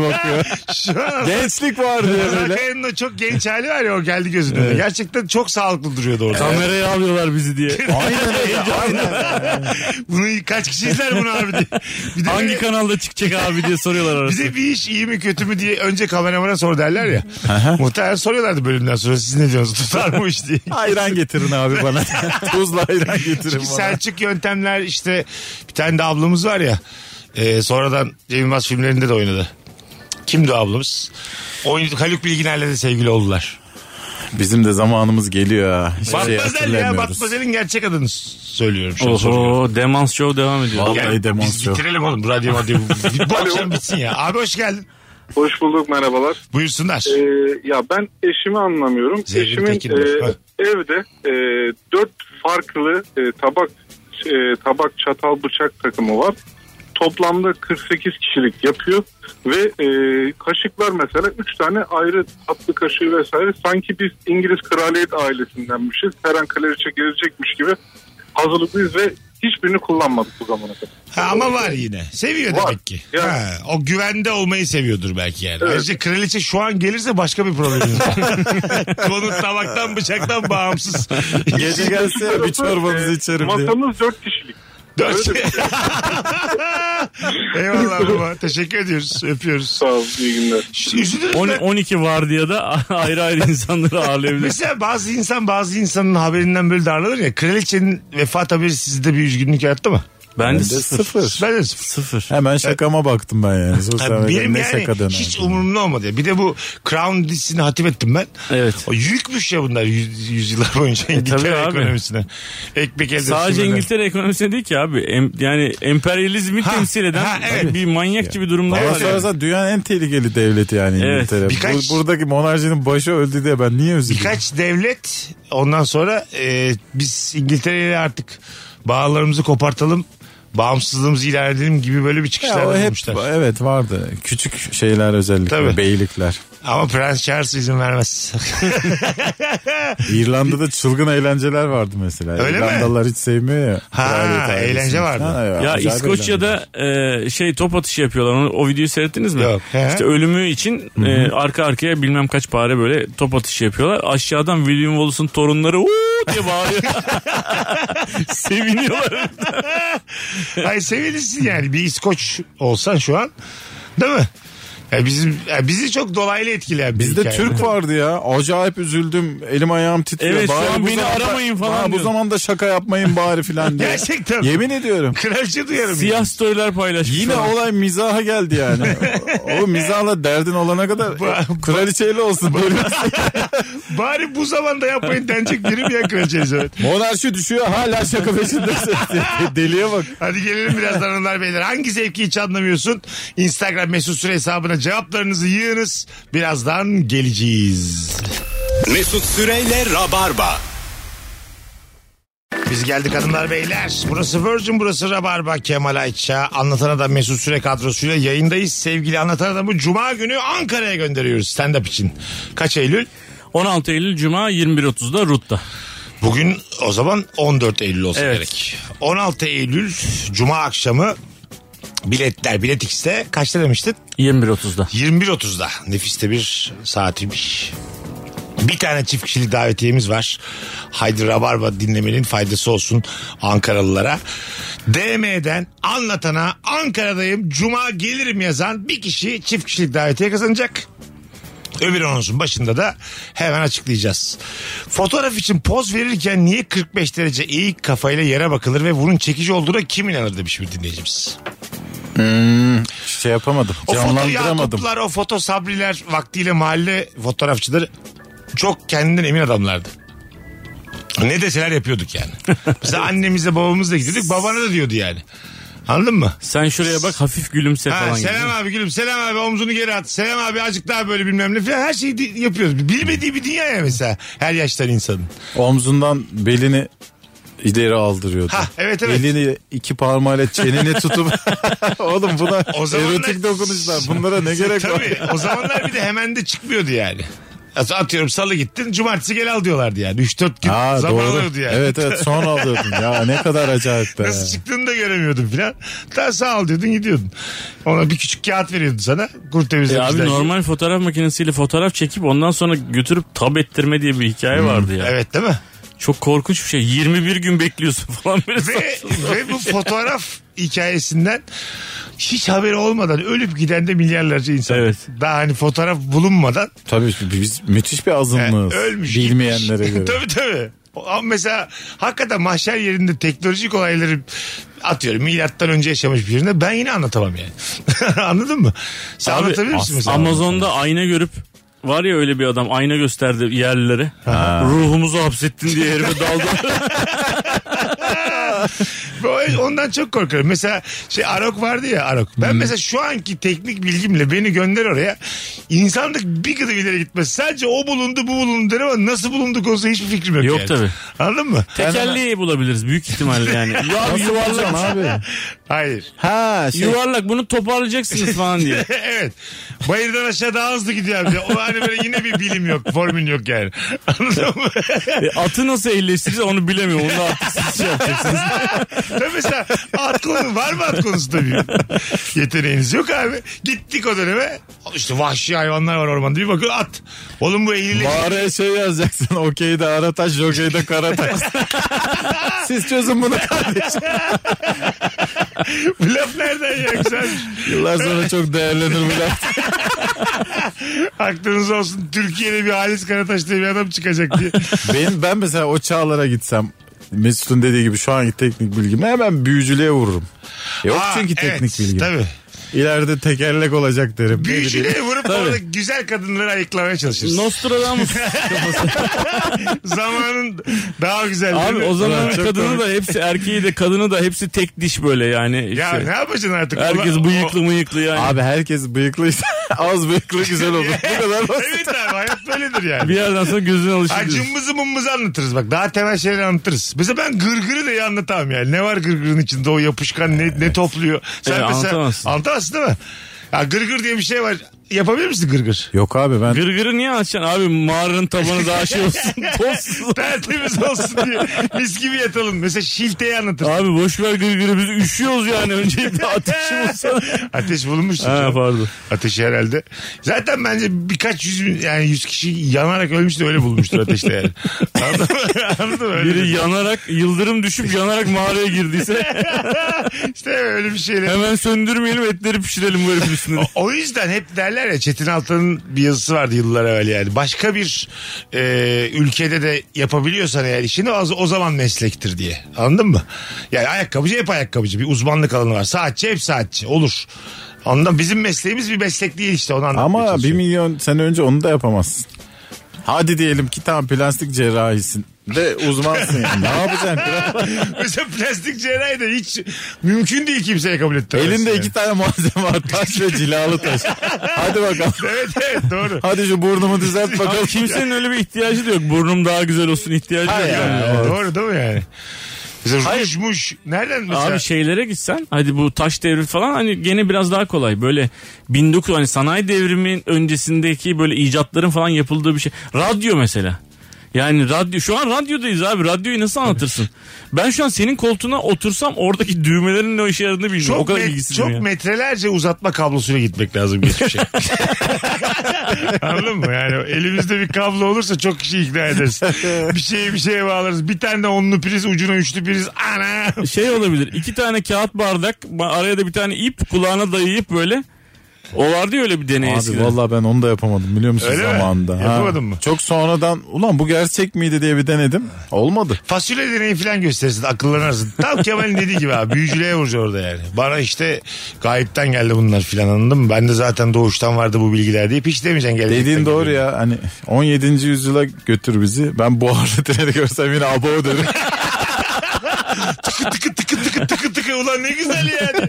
Speaker 4: bakıyor.
Speaker 3: şu an
Speaker 4: Gençlik var diye
Speaker 3: Azal
Speaker 4: böyle.
Speaker 3: Kaya'nın o çok genç hali var ya o geldi gözünün önüne. Gerçekten çok sağlıklı duruyordu orada.
Speaker 4: Kameraya alıyorlar bizi diye. Aynen öyle.
Speaker 3: bunu kaç kişi izler bunu abi diye. Bir de
Speaker 5: Hangi
Speaker 3: böyle-
Speaker 5: kanalda çıkacak abi diye soruyorlar arası.
Speaker 3: bize bir iş iyi mi kötü mü diye önce kameramana sor derler ya. Muhtemelen soruyorlardı bölümden sonra siz ne diyorsunuz tutar mı bu iş diye.
Speaker 4: Ayran getirin abi bana. Tuzla ayran getirin
Speaker 3: Çünkü
Speaker 4: bana.
Speaker 3: Selçuk yöntemler işte bir tane de ablamız var ya. e, sonradan Cem Yılmaz filmlerinde de oynadı. Kimdi o ablamız? Oynadı, Haluk Bilginer'le de sevgili oldular.
Speaker 4: Bizim de zamanımız geliyor ha. Hiçbir şey
Speaker 3: Batmazel ya
Speaker 4: hatırlamıyoruz.
Speaker 3: Batmazel'in gerçek adını s- söylüyorum. Şu an soruyorum.
Speaker 5: Oho demans show devam ediyor.
Speaker 4: Vallahi
Speaker 3: Yani biz
Speaker 4: demonstro.
Speaker 3: bitirelim oğlum bu radyo radyo. Bu- bu akşam bitsin ya. Abi hoş geldin.
Speaker 6: Hoş bulduk merhabalar.
Speaker 3: Buyursunlar.
Speaker 6: Ee, ya ben eşimi anlamıyorum.
Speaker 3: Zerrin
Speaker 6: Eşimin
Speaker 3: Tekin'dir.
Speaker 6: e,
Speaker 3: Ha.
Speaker 6: evde e, dört farklı e, tabak e, tabak çatal bıçak takımı var. Toplamda 48 kişilik yapıyor ve e, kaşıklar mesela üç tane ayrı tatlı kaşığı vesaire. Sanki biz İngiliz kraliyet ailesindenmişiz. Her an kraliçe gelecekmiş gibi hazırlıklıyız ve hiçbirini kullanmadık bu zamana kadar.
Speaker 3: Ha, ama var yine. Seviyor
Speaker 6: Var.
Speaker 3: demek ki.
Speaker 6: Ya.
Speaker 3: Ha, o güvende olmayı seviyordur belki yani.
Speaker 6: Evet.
Speaker 3: Ayrıca kraliçe şu an gelirse başka bir problemimiz var. Konu tabaktan bıçaktan bağımsız.
Speaker 4: Gece gelse bir çorbanızı
Speaker 6: E,
Speaker 4: içerim diye.
Speaker 6: Masamız dört kişilik.
Speaker 3: Dört. şey- Eyvallah baba. Teşekkür ediyoruz. Öpüyoruz.
Speaker 6: Sağ olun, iyi günler.
Speaker 3: Şu- Üzülürüm
Speaker 5: On-
Speaker 3: ben.
Speaker 5: 12 var diye de ayrı ayrı insanları ağırlayabilir.
Speaker 3: Mesela bazı insan bazı insanın haberinden böyle darlanır ya. Kraliçenin vefat haberi sizde bir üzgünlük yarattı mı?
Speaker 5: Ben de
Speaker 4: Bende
Speaker 5: sıfır.
Speaker 4: sıfır.
Speaker 3: Ben de sıfır.
Speaker 5: Sıfır.
Speaker 4: Hemen şakama baktım ben yani. Sus
Speaker 3: Ha,
Speaker 4: sen öyle,
Speaker 3: benim
Speaker 4: ne
Speaker 3: yani
Speaker 4: şaka döner.
Speaker 3: hiç umurumda olmadı. ya. Bir de bu Crown dizisini hatim ettim ben.
Speaker 5: Evet. E,
Speaker 3: O yükmüş ya bunlar yüz, yüzyıllar boyunca İngiltere
Speaker 5: tabii abi.
Speaker 3: ekonomisine. Ekmek elde
Speaker 5: Sadece
Speaker 3: sürmeden.
Speaker 5: İngiltere ekonomisine değil ki abi. Em- yani emperyalizmi
Speaker 3: Ha,
Speaker 5: temsil eden
Speaker 3: ha, evet.
Speaker 5: bir manyak gibi durumda
Speaker 4: Bana
Speaker 5: var. Yani.
Speaker 4: sorarsan dünyanın en tehlikeli devleti yani
Speaker 5: Evet.
Speaker 4: İngiltere. Bu-
Speaker 3: Birkaç-
Speaker 4: buradaki monarjinin başı öldü diye ben niye üzüldüm?
Speaker 3: Birkaç devlet ondan sonra e, biz İngiltere ile artık bağlarımızı kopartalım. Bağımsızlığımızı ilan edelim gibi böyle bir
Speaker 4: Ya o
Speaker 3: çıkışlar
Speaker 4: hep
Speaker 3: bulmuşlar.
Speaker 4: evet vardı. Küçük şeyler özellikle
Speaker 3: Tabii.
Speaker 4: beylikler.
Speaker 3: Ama Prens Charles izin vermez.
Speaker 4: İrlanda'da çılgın eğlenceler vardı mesela.
Speaker 3: Öyle mi?
Speaker 4: İrlandalılar hiç sevmiyor ya.
Speaker 3: Ha,
Speaker 4: Kraliyet ailesini.
Speaker 3: eğlence vardı.
Speaker 5: Ya
Speaker 4: acayip
Speaker 5: İskoçya'da e, şey top atışı yapıyorlar. Onu, o videoyu seyrettiniz mi?
Speaker 3: Yok. He.
Speaker 5: İşte ölümü için e, arka arkaya bilmem kaç pare böyle top atışı yapıyorlar. Aşağıdan William Wallace'ın torunları uuu diye bağırıyor. Seviniyorlar.
Speaker 3: Ay sevinirsin yani bir İskoç olsan şu an değil mi? Ya bizim ya bizi çok dolaylı etkileyen bir
Speaker 4: Bizde
Speaker 3: hikaye.
Speaker 4: Türk vardı ya. Acayip üzüldüm. Elim ayağım titriyor.
Speaker 5: Evet, şu
Speaker 4: Bari
Speaker 5: an
Speaker 4: bu
Speaker 5: beni
Speaker 4: zamanda-
Speaker 5: aramayın falan
Speaker 4: Ha, Bu
Speaker 5: diyor.
Speaker 4: zamanda şaka yapmayın bari filan diye.
Speaker 3: Gerçekten.
Speaker 4: Yemin ediyorum.
Speaker 3: Kraliçe duyarım.
Speaker 5: Siyah storyler paylaşmış.
Speaker 4: Yine
Speaker 5: falan.
Speaker 4: olay mizaha geldi yani. o mizahla derdin olana kadar
Speaker 3: Bu-
Speaker 4: kraliçeyle olsun. Böyle
Speaker 3: Bari bu zamanda yapmayın denecek biri mi ya kraliçeyiz evet.
Speaker 4: monarşi düşüyor hala şaka peşinde. Deliye bak.
Speaker 3: Hadi gelelim birazdan hanımlar beyler. Hangi zevki hiç anlamıyorsun? Instagram mesut süre hesabına cevaplarınızı yığınız. Birazdan geleceğiz.
Speaker 2: Mesut Süreyle Rabarba.
Speaker 3: Biz geldik hanımlar beyler. Burası Virgin, burası Rabarba. Kemal Ayça, Anlatan Adam Mesut Süre kadrosuyla yayındayız. Sevgili Anlatan Adam'ı Cuma günü Ankara'ya gönderiyoruz stand-up için. Kaç Eylül?
Speaker 5: 16 Eylül Cuma 21.30'da RUT'ta.
Speaker 3: Bugün o zaman 14 Eylül olsa
Speaker 5: Evet.
Speaker 3: gerek. 16 Eylül Cuma akşamı biletler Bilet X'te kaçta demiştin?
Speaker 5: 21.30'da.
Speaker 3: 21.30'da nefiste bir saatiymiş. Bir tane çift kişilik davetiyemiz var. Haydi Rabarba dinlemenin faydası olsun Ankaralılara. DM'den anlatana Ankara'dayım Cuma gelirim yazan bir kişi çift kişilik davetiye kazanacak. Öbür anonsun başında da hemen açıklayacağız. Fotoğraf için poz verirken niye 45 derece eğik kafayla yere bakılır ve bunun çekici olduğuna kim inanır demiş bir dinleyicimiz.
Speaker 4: Şey yapamadım.
Speaker 3: O foto
Speaker 4: Canlandıramadım.
Speaker 3: Yakuplar, o foto Sabriler vaktiyle mahalle fotoğrafçıları çok kendinden emin adamlardı. Ne deseler yapıyorduk yani. Biz de annemizle babamızla gidiyorduk. Babana da diyordu yani. Anladın mı?
Speaker 5: Sen şuraya bak hafif gülümse
Speaker 3: Ha,
Speaker 5: falan. gibi.
Speaker 3: selam abi gülüm selam abi omzunu geri at selam abi azıcık daha böyle bilmem ne falan her şeyi di- yapıyoruz. Bilmediği bir dünya ya mesela her yaştan insanın.
Speaker 4: Omzundan belini ileri aldırıyordu.
Speaker 3: Ha, evet, evet.
Speaker 4: Elini iki parmağıyla çeneni tutup oğlum buna
Speaker 3: O zamanlar-
Speaker 4: erotik dokunuşlar bunlara ne gerek var?
Speaker 3: Tabii o zamanlar bir de hemen de çıkmıyordu yani. At- Atıyorum salı gittin cumartesi gel al diyorlardı yani. 3-4 gün
Speaker 4: Ha,
Speaker 3: zaman
Speaker 4: doğru.
Speaker 3: alıyordu yani.
Speaker 4: Evet evet son alıyordun ya ne kadar acayip be.
Speaker 3: Nasıl çıktığını da göremiyordun filan. Daha sağ ol diyordun gidiyordun. Ona bir küçük kağıt veriyordu sana. Kurt
Speaker 5: E
Speaker 3: temizlemişler.
Speaker 5: abi normal fotoğraf makinesiyle fotoğraf çekip ondan sonra götürüp tab ettirme diye bir hikaye
Speaker 4: Hmm,
Speaker 5: vardı ya.
Speaker 3: Evet değil mi?
Speaker 5: Çok korkunç bir şey. 21 gün bekliyorsun falan böyle.
Speaker 3: Ve,
Speaker 5: saçma sapan
Speaker 3: ve bu
Speaker 5: bir şey.
Speaker 3: fotoğraf hikayesinden hiç haberi olmadan ölüp giden de milyarlarca insan.
Speaker 5: Evet.
Speaker 3: Daha hani fotoğraf bulunmadan
Speaker 4: Tabii biz müthiş bir
Speaker 3: e,
Speaker 4: azınlığız.
Speaker 3: ölmüş.
Speaker 4: Bilmeyenlere
Speaker 3: gitmiş.
Speaker 4: göre.
Speaker 3: tabii tabii. O- Ama mesela hakikaten mahşer yerinde teknolojik olayları atıyorum milattan önce yaşamış birine ben yine anlatamam yani. Anladın mı? Sen
Speaker 5: Abi,
Speaker 3: anlatabilir misin mesela?
Speaker 5: Amazon'da ayna görüp var ya öyle bir adam ayna gösterdi yerlilere. Ruhumuzu hapsettin diye herife daldı.
Speaker 3: Ben Ondan çok korkarım. Mesela şey Arok vardı ya Arok. Ben mesela şu anki teknik bilgimle beni gönder oraya. İnsanlık bir kadar ileri gitmez. Sadece o bulundu bu bulundu derim ama nasıl bulundu konusunda hiçbir fikrim yok.
Speaker 5: Yok
Speaker 3: yani.
Speaker 5: tabii.
Speaker 3: Anladın mı?
Speaker 5: Tekerleği bulabiliriz büyük ihtimalle yani. Ya abi
Speaker 4: Nasıl
Speaker 5: yuvarlak.
Speaker 4: yapacaksın abi?
Speaker 3: Hayır.
Speaker 4: Ha şey
Speaker 5: Yuvarlak bunu toparlayacaksınız falan diye.
Speaker 3: evet. Bayırdan aşağı daha hızlı gidiyor abi. O hani böyle yine bir bilim yok. Formül yok yani. Anladın mı?
Speaker 5: E, atı nasıl elleştiririz onu bilemiyorum. Onu artık siz şey yapacaksınız.
Speaker 3: Tabii mesela at konu var mı at konusu tabii. Yeteneğiniz yok abi. Gittik o döneme. İşte vahşi hayvanlar var ormanda. Bir bakın at. Oğlum bu eğilir.
Speaker 4: Mağaraya şey yazacaksın. Okeyde Arataş, jokeyde Karataş. Siz çözün bunu kardeşim.
Speaker 3: Bu laf nereden ya güzelmiş.
Speaker 4: Yıllar sonra çok değerlenir bu laf.
Speaker 3: Aklınız olsun Türkiye'de bir Halis Karataş diye bir adam çıkacak diye.
Speaker 4: Benim, ben mesela o çağlara gitsem Mesut'un dediği gibi şu anki teknik bilgimi hemen büyücülüğe vururum. Yok
Speaker 3: Aa,
Speaker 4: çünkü teknik
Speaker 3: evet,
Speaker 4: bilgim.
Speaker 3: Tabii.
Speaker 4: İleride tekerlek olacak derim.
Speaker 3: Büyücülüğe vurup orada güzel kadınları ayıklamaya çalışırız.
Speaker 5: Nostradamus.
Speaker 3: Zamanın daha güzel.
Speaker 5: Abi o zaman
Speaker 4: Ulan çok
Speaker 5: kadını
Speaker 4: komik.
Speaker 5: da hepsi erkeği de kadını da hepsi tek diş böyle yani.
Speaker 3: Ya
Speaker 5: İşte
Speaker 3: ne yapacaksın artık?
Speaker 5: Şey. herkes
Speaker 3: Ulan-
Speaker 5: bıyıklı mıyıklı yani.
Speaker 4: Abi herkes bıyıklıysa az bıyıklı güzel olur. Bu kadar basit.
Speaker 3: Evet abi hayat böyledir yani.
Speaker 5: Bir yerden sonra gözün alışır. diyorsun.
Speaker 3: Acımızı mumumuzu anlatırız bak. Daha temel şeyleri anlatırız. Mesela ben gırgırı da iyi anlatamam yani. Ne var gırgırın içinde o yapışkan ne, ne topluyor. Sen
Speaker 5: Evet,
Speaker 3: mesela
Speaker 5: E, anlatamazsın.
Speaker 3: anlatamazsın değil mi? Ya gırgır diye bir şey var. Yapabilir misin gırgır?
Speaker 4: Yok abi ben
Speaker 5: Gırgırı niye açacaksın abi mağaranın tabanı daha şey olsun. tozsuz.
Speaker 3: Tertemiz olsun diye. Mis gibi yatalım. Mesela şilteyi anlatırsın.
Speaker 5: Abi boş ver gırgırı biz üşüyoruz yani önce bir ateşi bulsana.
Speaker 3: Ateş bulunmuştur.
Speaker 5: Ha
Speaker 3: canım.
Speaker 5: pardon.
Speaker 3: Ateşi herhalde. Zaten bence birkaç yüz bin- yani yüz kişi yanarak ölmüş de öyle bulmuştur ateşte yani. Anladın mı? Anladın mı? Öyle
Speaker 5: Biri
Speaker 3: bir-
Speaker 5: yanarak yıldırım düşüp yanarak mağaraya girdiyse
Speaker 3: İşte öyle bir şeyle.
Speaker 5: hemen söndürmeyelim etleri pişirelim bu herifin üstüne.
Speaker 3: O yüzden hep derler ya Çetin Altan'ın bir yazısı vardı yıllar evvel yani. Başka bir e, ülkede de yapabiliyorsan eğer işini o, o zaman meslektir diye. Anladın mı? Yani ayakkabıcı hep ayakkabıcı. Bir uzmanlık alanı var. Saatçi hep saatçi. Olur. Ondan bizim mesleğimiz bir meslek değil işte onu anlatmaya
Speaker 4: ama bir
Speaker 3: çalışıyorum.
Speaker 4: milyon sene önce onu da yapamazsın. Hadi diyelim ki tam plastik cerrahisin de uzmansın yani. ne yapacaksın kral?
Speaker 3: Mesela plastik cerrahi de hiç mümkün değil kimseye kabul ettirmez.
Speaker 4: Elinde
Speaker 3: yani.
Speaker 4: iki tane malzeme var taş ve cilalı taş. Hadi bakalım.
Speaker 3: Evet evet doğru.
Speaker 4: Hadi şu burnumu düzelt
Speaker 5: Abi
Speaker 4: bakalım.
Speaker 5: kimsenin öyle bir ihtiyacı da yok. Burnum daha güzel olsun ihtiyacı da
Speaker 4: Ha
Speaker 5: yok.
Speaker 4: ya.
Speaker 5: yani.
Speaker 3: Doğru değil mi yani? Mesela
Speaker 5: Hayır.
Speaker 3: rujmuş. Nereden mesela?
Speaker 5: Abi şeylere gitsen hadi bu taş devri falan hani gene biraz daha kolay. Böyle 1900 hani sanayi devrimin öncesindeki böyle icatların falan yapıldığı bir şey. Radyo mesela. Yani radyo şu an radyodayız abi. Radyoyu nasıl anlatırsın? Ben şu an senin koltuğuna otursam oradaki düğmelerin ne işe yaradığını bilmiyorum.
Speaker 3: çok
Speaker 5: o kadar
Speaker 3: met-
Speaker 5: bilgisizim
Speaker 3: çok
Speaker 5: ya.
Speaker 3: metrelerce uzatma kablosuyla gitmek lazım geçmişe. Anladın mı? Yani elimizde bir kablo olursa çok kişi ikna ederiz. Bir şeye bir şeye bağlarız. Bir tane de onlu priz, ucuna üçlü priz. Ana!
Speaker 5: şey olabilir. iki tane kağıt bardak ba- araya da bir tane ip kulağına dayayıp böyle. O vardı ya öyle bir deney
Speaker 4: Abi
Speaker 5: eskiden.
Speaker 4: valla ben onu da yapamadım biliyor musun
Speaker 3: Öyle mi?
Speaker 4: zamanında. Ha.
Speaker 3: Yapamadın mı?
Speaker 4: Çok sonradan ulan bu gerçek miydi diye bir denedim. Olmadı.
Speaker 3: Fasulye deneyi falan gösterirsin. Akıllanırsın. Tam Kemal'in dediği gibi abi. Büyücülüğe vuracak orada yani. Bana işte gayipten geldi bunlar filan anladın mı? Ben de zaten doğuştan vardı bu bilgiler deyip hiç demeyeceksin. gelecekten
Speaker 4: Dediğin doğru
Speaker 3: geliyor.
Speaker 4: ya hani 17. yüzyıla götür bizi. Ben buharlı treni görsem yine abo derim.
Speaker 3: tıkı tıkı tıkı tıkı tıkı ulan ne güzel yani.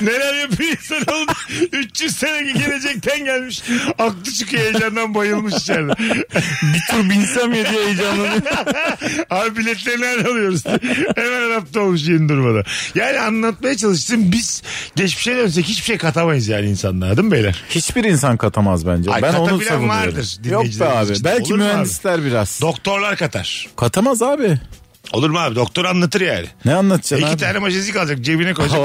Speaker 3: Neler yapıyor insan oğlum. 300 seneki gelecekten gelmiş. Aklı çıkıyor heyecandan bayılmış içeride.
Speaker 5: Bir tur binsem ya diye heyecanlanıyorum.
Speaker 3: Abi biletleri nereden alıyoruz? Hemen adapte olmuş yeni durmada. Yani anlatmaya çalıştım biz geçmişe dönsek hiçbir şey katamayız yani insanlara değil mi beyler?
Speaker 4: Hiçbir insan katamaz bence.
Speaker 3: Ay,
Speaker 4: ben onu
Speaker 3: katabilen
Speaker 4: savunuyorum.
Speaker 3: vardır
Speaker 4: Yok be
Speaker 3: dinleyicilerimiz
Speaker 4: abi.
Speaker 3: için.
Speaker 4: Belki
Speaker 3: Olur mu
Speaker 4: mühendisler biraz.
Speaker 3: Doktorlar katar.
Speaker 4: katamaz abi.
Speaker 3: Olur mu abi? Doktor anlatır yani.
Speaker 4: Ne anlatacaksın
Speaker 3: İki
Speaker 4: abi?
Speaker 3: tane majezik alacak cebine koyacak.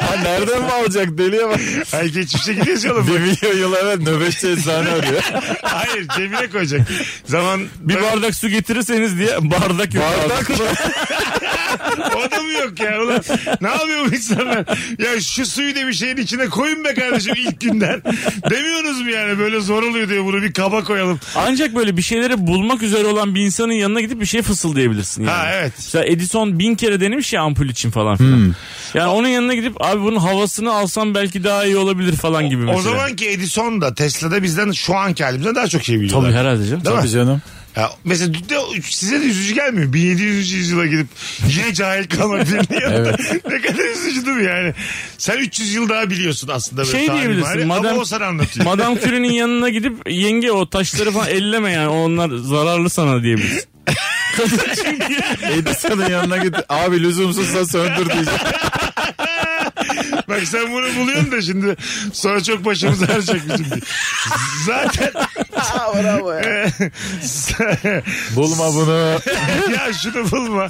Speaker 4: Ha, nereden mi alacak deliye bak.
Speaker 3: Ay geçmişe gidiyoruz ya oğlum.
Speaker 4: bir milyon yıl evvel nöbetçi eczane arıyor.
Speaker 3: Hayır cebine koyacak. Zaman
Speaker 5: Bir bardak su getirirseniz diye bardak yok.
Speaker 4: Bardak mı?
Speaker 3: O da mı yok ya? Ulan, ne yapıyor bu insanlar? Ya şu suyu da bir şeyin içine koyun be kardeşim ilk günden. Demiyoruz mu yani böyle zor oluyor diye bunu bir kaba koyalım.
Speaker 5: Ancak böyle bir şeyleri bulmak üzere olan bir insanın yanına gidip bir şey fısıldayabilirsin. Yani.
Speaker 3: Ha evet.
Speaker 5: Mesela Edison bin kere denemiş ya ampul için falan filan. Yani onun yanına gidip abi bunun havasını alsam belki daha iyi olabilir falan gibi mesela.
Speaker 3: O zamanki Edison da Tesla'da bizden şu anki halimizden daha çok şey biliyorlar.
Speaker 5: Tabii herhalde canım.
Speaker 3: Değil mi?
Speaker 4: Tabii canım.
Speaker 3: Ya, mesela de- size de üzücü gelmiyor. mu? 1700. yüzyıla gidip yine cahil kalmak diye. ne kadar üzücü değil mi yani? Sen 300 yıl daha biliyorsun aslında. böyle
Speaker 5: Şey
Speaker 3: tarih mari
Speaker 5: diyebilirsin, madem-
Speaker 3: Ama o sana anlatıyor.
Speaker 5: Madame Curie'nin yanına gidip yenge o taşları falan elleme yani onlar zararlı sana diyebilirsin. Kadın çünkü
Speaker 4: Edison'un yanına git. Abi lüzumsuzsa söndür diyecek.
Speaker 3: Bak sen bunu buluyorsun da şimdi sonra çok başımız ağrıyacak bizim diye. Zaten
Speaker 4: Bulma bunu.
Speaker 3: ya şunu bulma.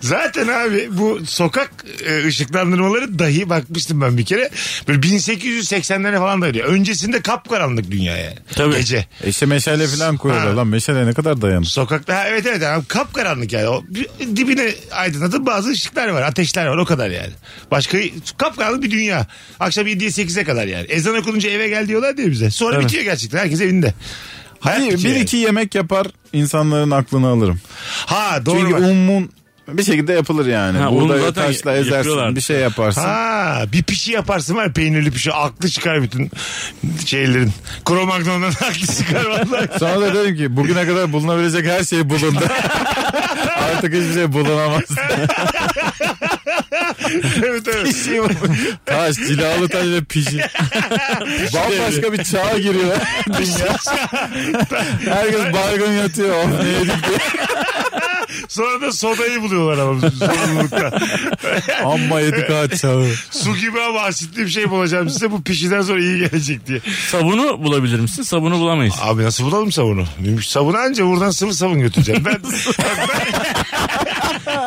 Speaker 3: Zaten abi bu sokak e, ışıklandırmaları dahi bakmıştım ben bir kere. Böyle 1880'lere falan da diyor. Öncesinde kapkaranlık dünya yani.
Speaker 5: Tabii.
Speaker 3: Gece.
Speaker 4: Eşe E meşale falan koyuyorlar
Speaker 3: Ha.
Speaker 4: lan. Meşale ne kadar dayanır.
Speaker 3: Sokakta ha, evet evet abi, kapkaranlık yani. O, bir- dibine aydınlatıp bazı ışıklar var, ateşler var o kadar yani. Başka kapkaranlık bir dünya. Akşam 7'ye 8'e kadar yani. Ezan okununca eve gel diyorlar diye bize. Sonra bitiyor gerçekten herkes evinde. Hayat
Speaker 4: Bir,
Speaker 3: bitiyor
Speaker 4: bir
Speaker 3: yani.
Speaker 4: iki yemek yapar insanların aklını alırım.
Speaker 3: Ha doğru.
Speaker 4: Çünkü
Speaker 3: bak.
Speaker 4: umun bir şekilde yapılır yani.
Speaker 5: Ha, un
Speaker 4: Burada
Speaker 5: zaten
Speaker 4: taşla
Speaker 5: yapıyorlar.
Speaker 4: ezersin bir şey yaparsın.
Speaker 3: Ha bir pişi yaparsın var ya, peynirli pişi aklı çıkar bütün şeylerin. Kromagnon'dan aklı çıkar vallahi.
Speaker 4: Sonra da dedim ki bugüne kadar bulunabilecek her şey bulundu. Artık hiçbir şey bulunamaz.
Speaker 3: evet evet.
Speaker 4: Taş, cilalı taş ve pişi. Bambaşka bir çağa giriyor dünya. Herkes baygın yatıyor. Oh, ne yedik diye.
Speaker 3: Sonra da sodayı buluyorlar ama zorunlulukta.
Speaker 4: Amma yedik ha çağı.
Speaker 3: Su gibi ama asitli bir şey bulacağım size bu pişiden sonra iyi gelecek diye.
Speaker 5: sabunu bulabilir misin? Sabunu bulamayız.
Speaker 3: Abi nasıl bulalım savunu? Mümkün savunu anca buradan sıvı savun götüreceğim. Ben,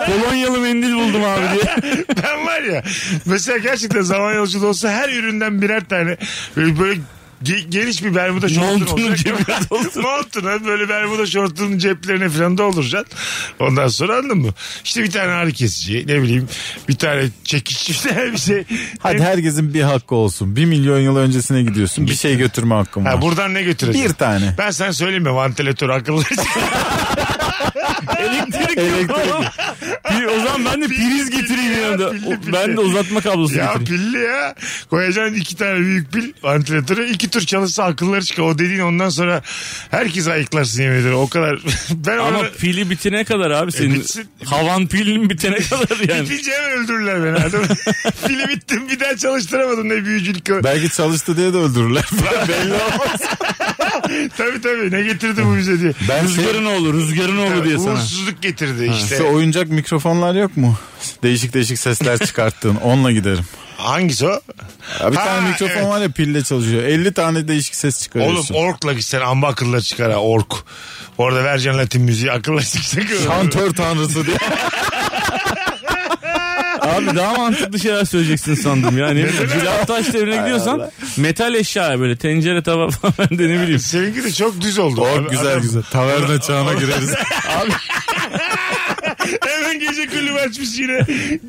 Speaker 5: Polonyalı mendil buldum abi diye.
Speaker 3: ben var ya mesela gerçekten zaman yolculuğu olsa her üründen birer tane böyle, böyle ge- geniş bir bermuda şortun
Speaker 5: Montunun
Speaker 3: olacak.
Speaker 5: cebine
Speaker 3: Montuna böyle bermuda şortunun ceplerine falan dolduracaksın. Ondan sonra anladın mı? İşte bir tane ağrı kesici ne bileyim bir tane çekiç bir tane bir şey.
Speaker 4: Hadi herkesin bir hakkı olsun. Bir milyon yıl öncesine gidiyorsun. Bir şey götürme hakkın
Speaker 3: Ha,
Speaker 4: var.
Speaker 3: buradan ne götüreceğim?
Speaker 4: Bir tane.
Speaker 3: Ben sana söyleyeyim mi? Vantilatör akıllı.
Speaker 5: Elektrik, yok. Bir- o zaman ben de priz getireyim yanımda.
Speaker 3: pilli, pilli.
Speaker 5: O- Ben de uzatma kablosu
Speaker 3: ya
Speaker 5: getireyim.
Speaker 3: pilli ya. Koyacaksın iki tane büyük pil vantilatörü. iki tur çalışsa akılları çıkar. O dediğin ondan sonra herkes ayıklarsın yemin ederim. O kadar. ben
Speaker 5: Ama
Speaker 3: ona...
Speaker 5: pili bitene kadar abi senin
Speaker 3: E, bitsin.
Speaker 5: havan pilin bitene kadar yani.
Speaker 3: Bitince hemen öldürürler beni. adam. Pili bittim bir daha çalıştıramadım ne büyücülük.
Speaker 4: Belki çalıştı diye de öldürürler. Belli olmaz.
Speaker 3: tabii tabii ne getirdi bu bize diye.
Speaker 4: Ben
Speaker 5: Rüzgarın oğlu rüzgarın oğlu diye sana.
Speaker 3: Uğursuzluk getirdi işte.
Speaker 4: Şu oyuncak mikrofonlar yok mu? Değişik değişik sesler çıkarttığın. Onunla giderim.
Speaker 3: Hangisi o?
Speaker 4: Ya bir
Speaker 3: Ha,
Speaker 4: tane mikrofon
Speaker 3: evet.
Speaker 4: var ya pille çalışıyor. 50 tane değişik ses
Speaker 3: Oğlum
Speaker 4: çıkarıyorsun.
Speaker 3: orkla gitsen amba akıllar çıkar ha ork. Orada vereceksin Latin müziği akıllar çıkacak.
Speaker 4: Şantör tanrısı diye.
Speaker 5: Abi daha mantıklı şeyler söyleyeceksin sandım yani. Cilav taş devrine gidiyorsan metal eşya böyle tencere tava falan de ne bileyim.
Speaker 3: Seninki de çok düz oldu.
Speaker 4: Ork
Speaker 3: Abi,
Speaker 4: güzel
Speaker 3: adam-
Speaker 4: güzel. Taverna çağına gireriz.
Speaker 3: Hemen gece kulübü açmış yine.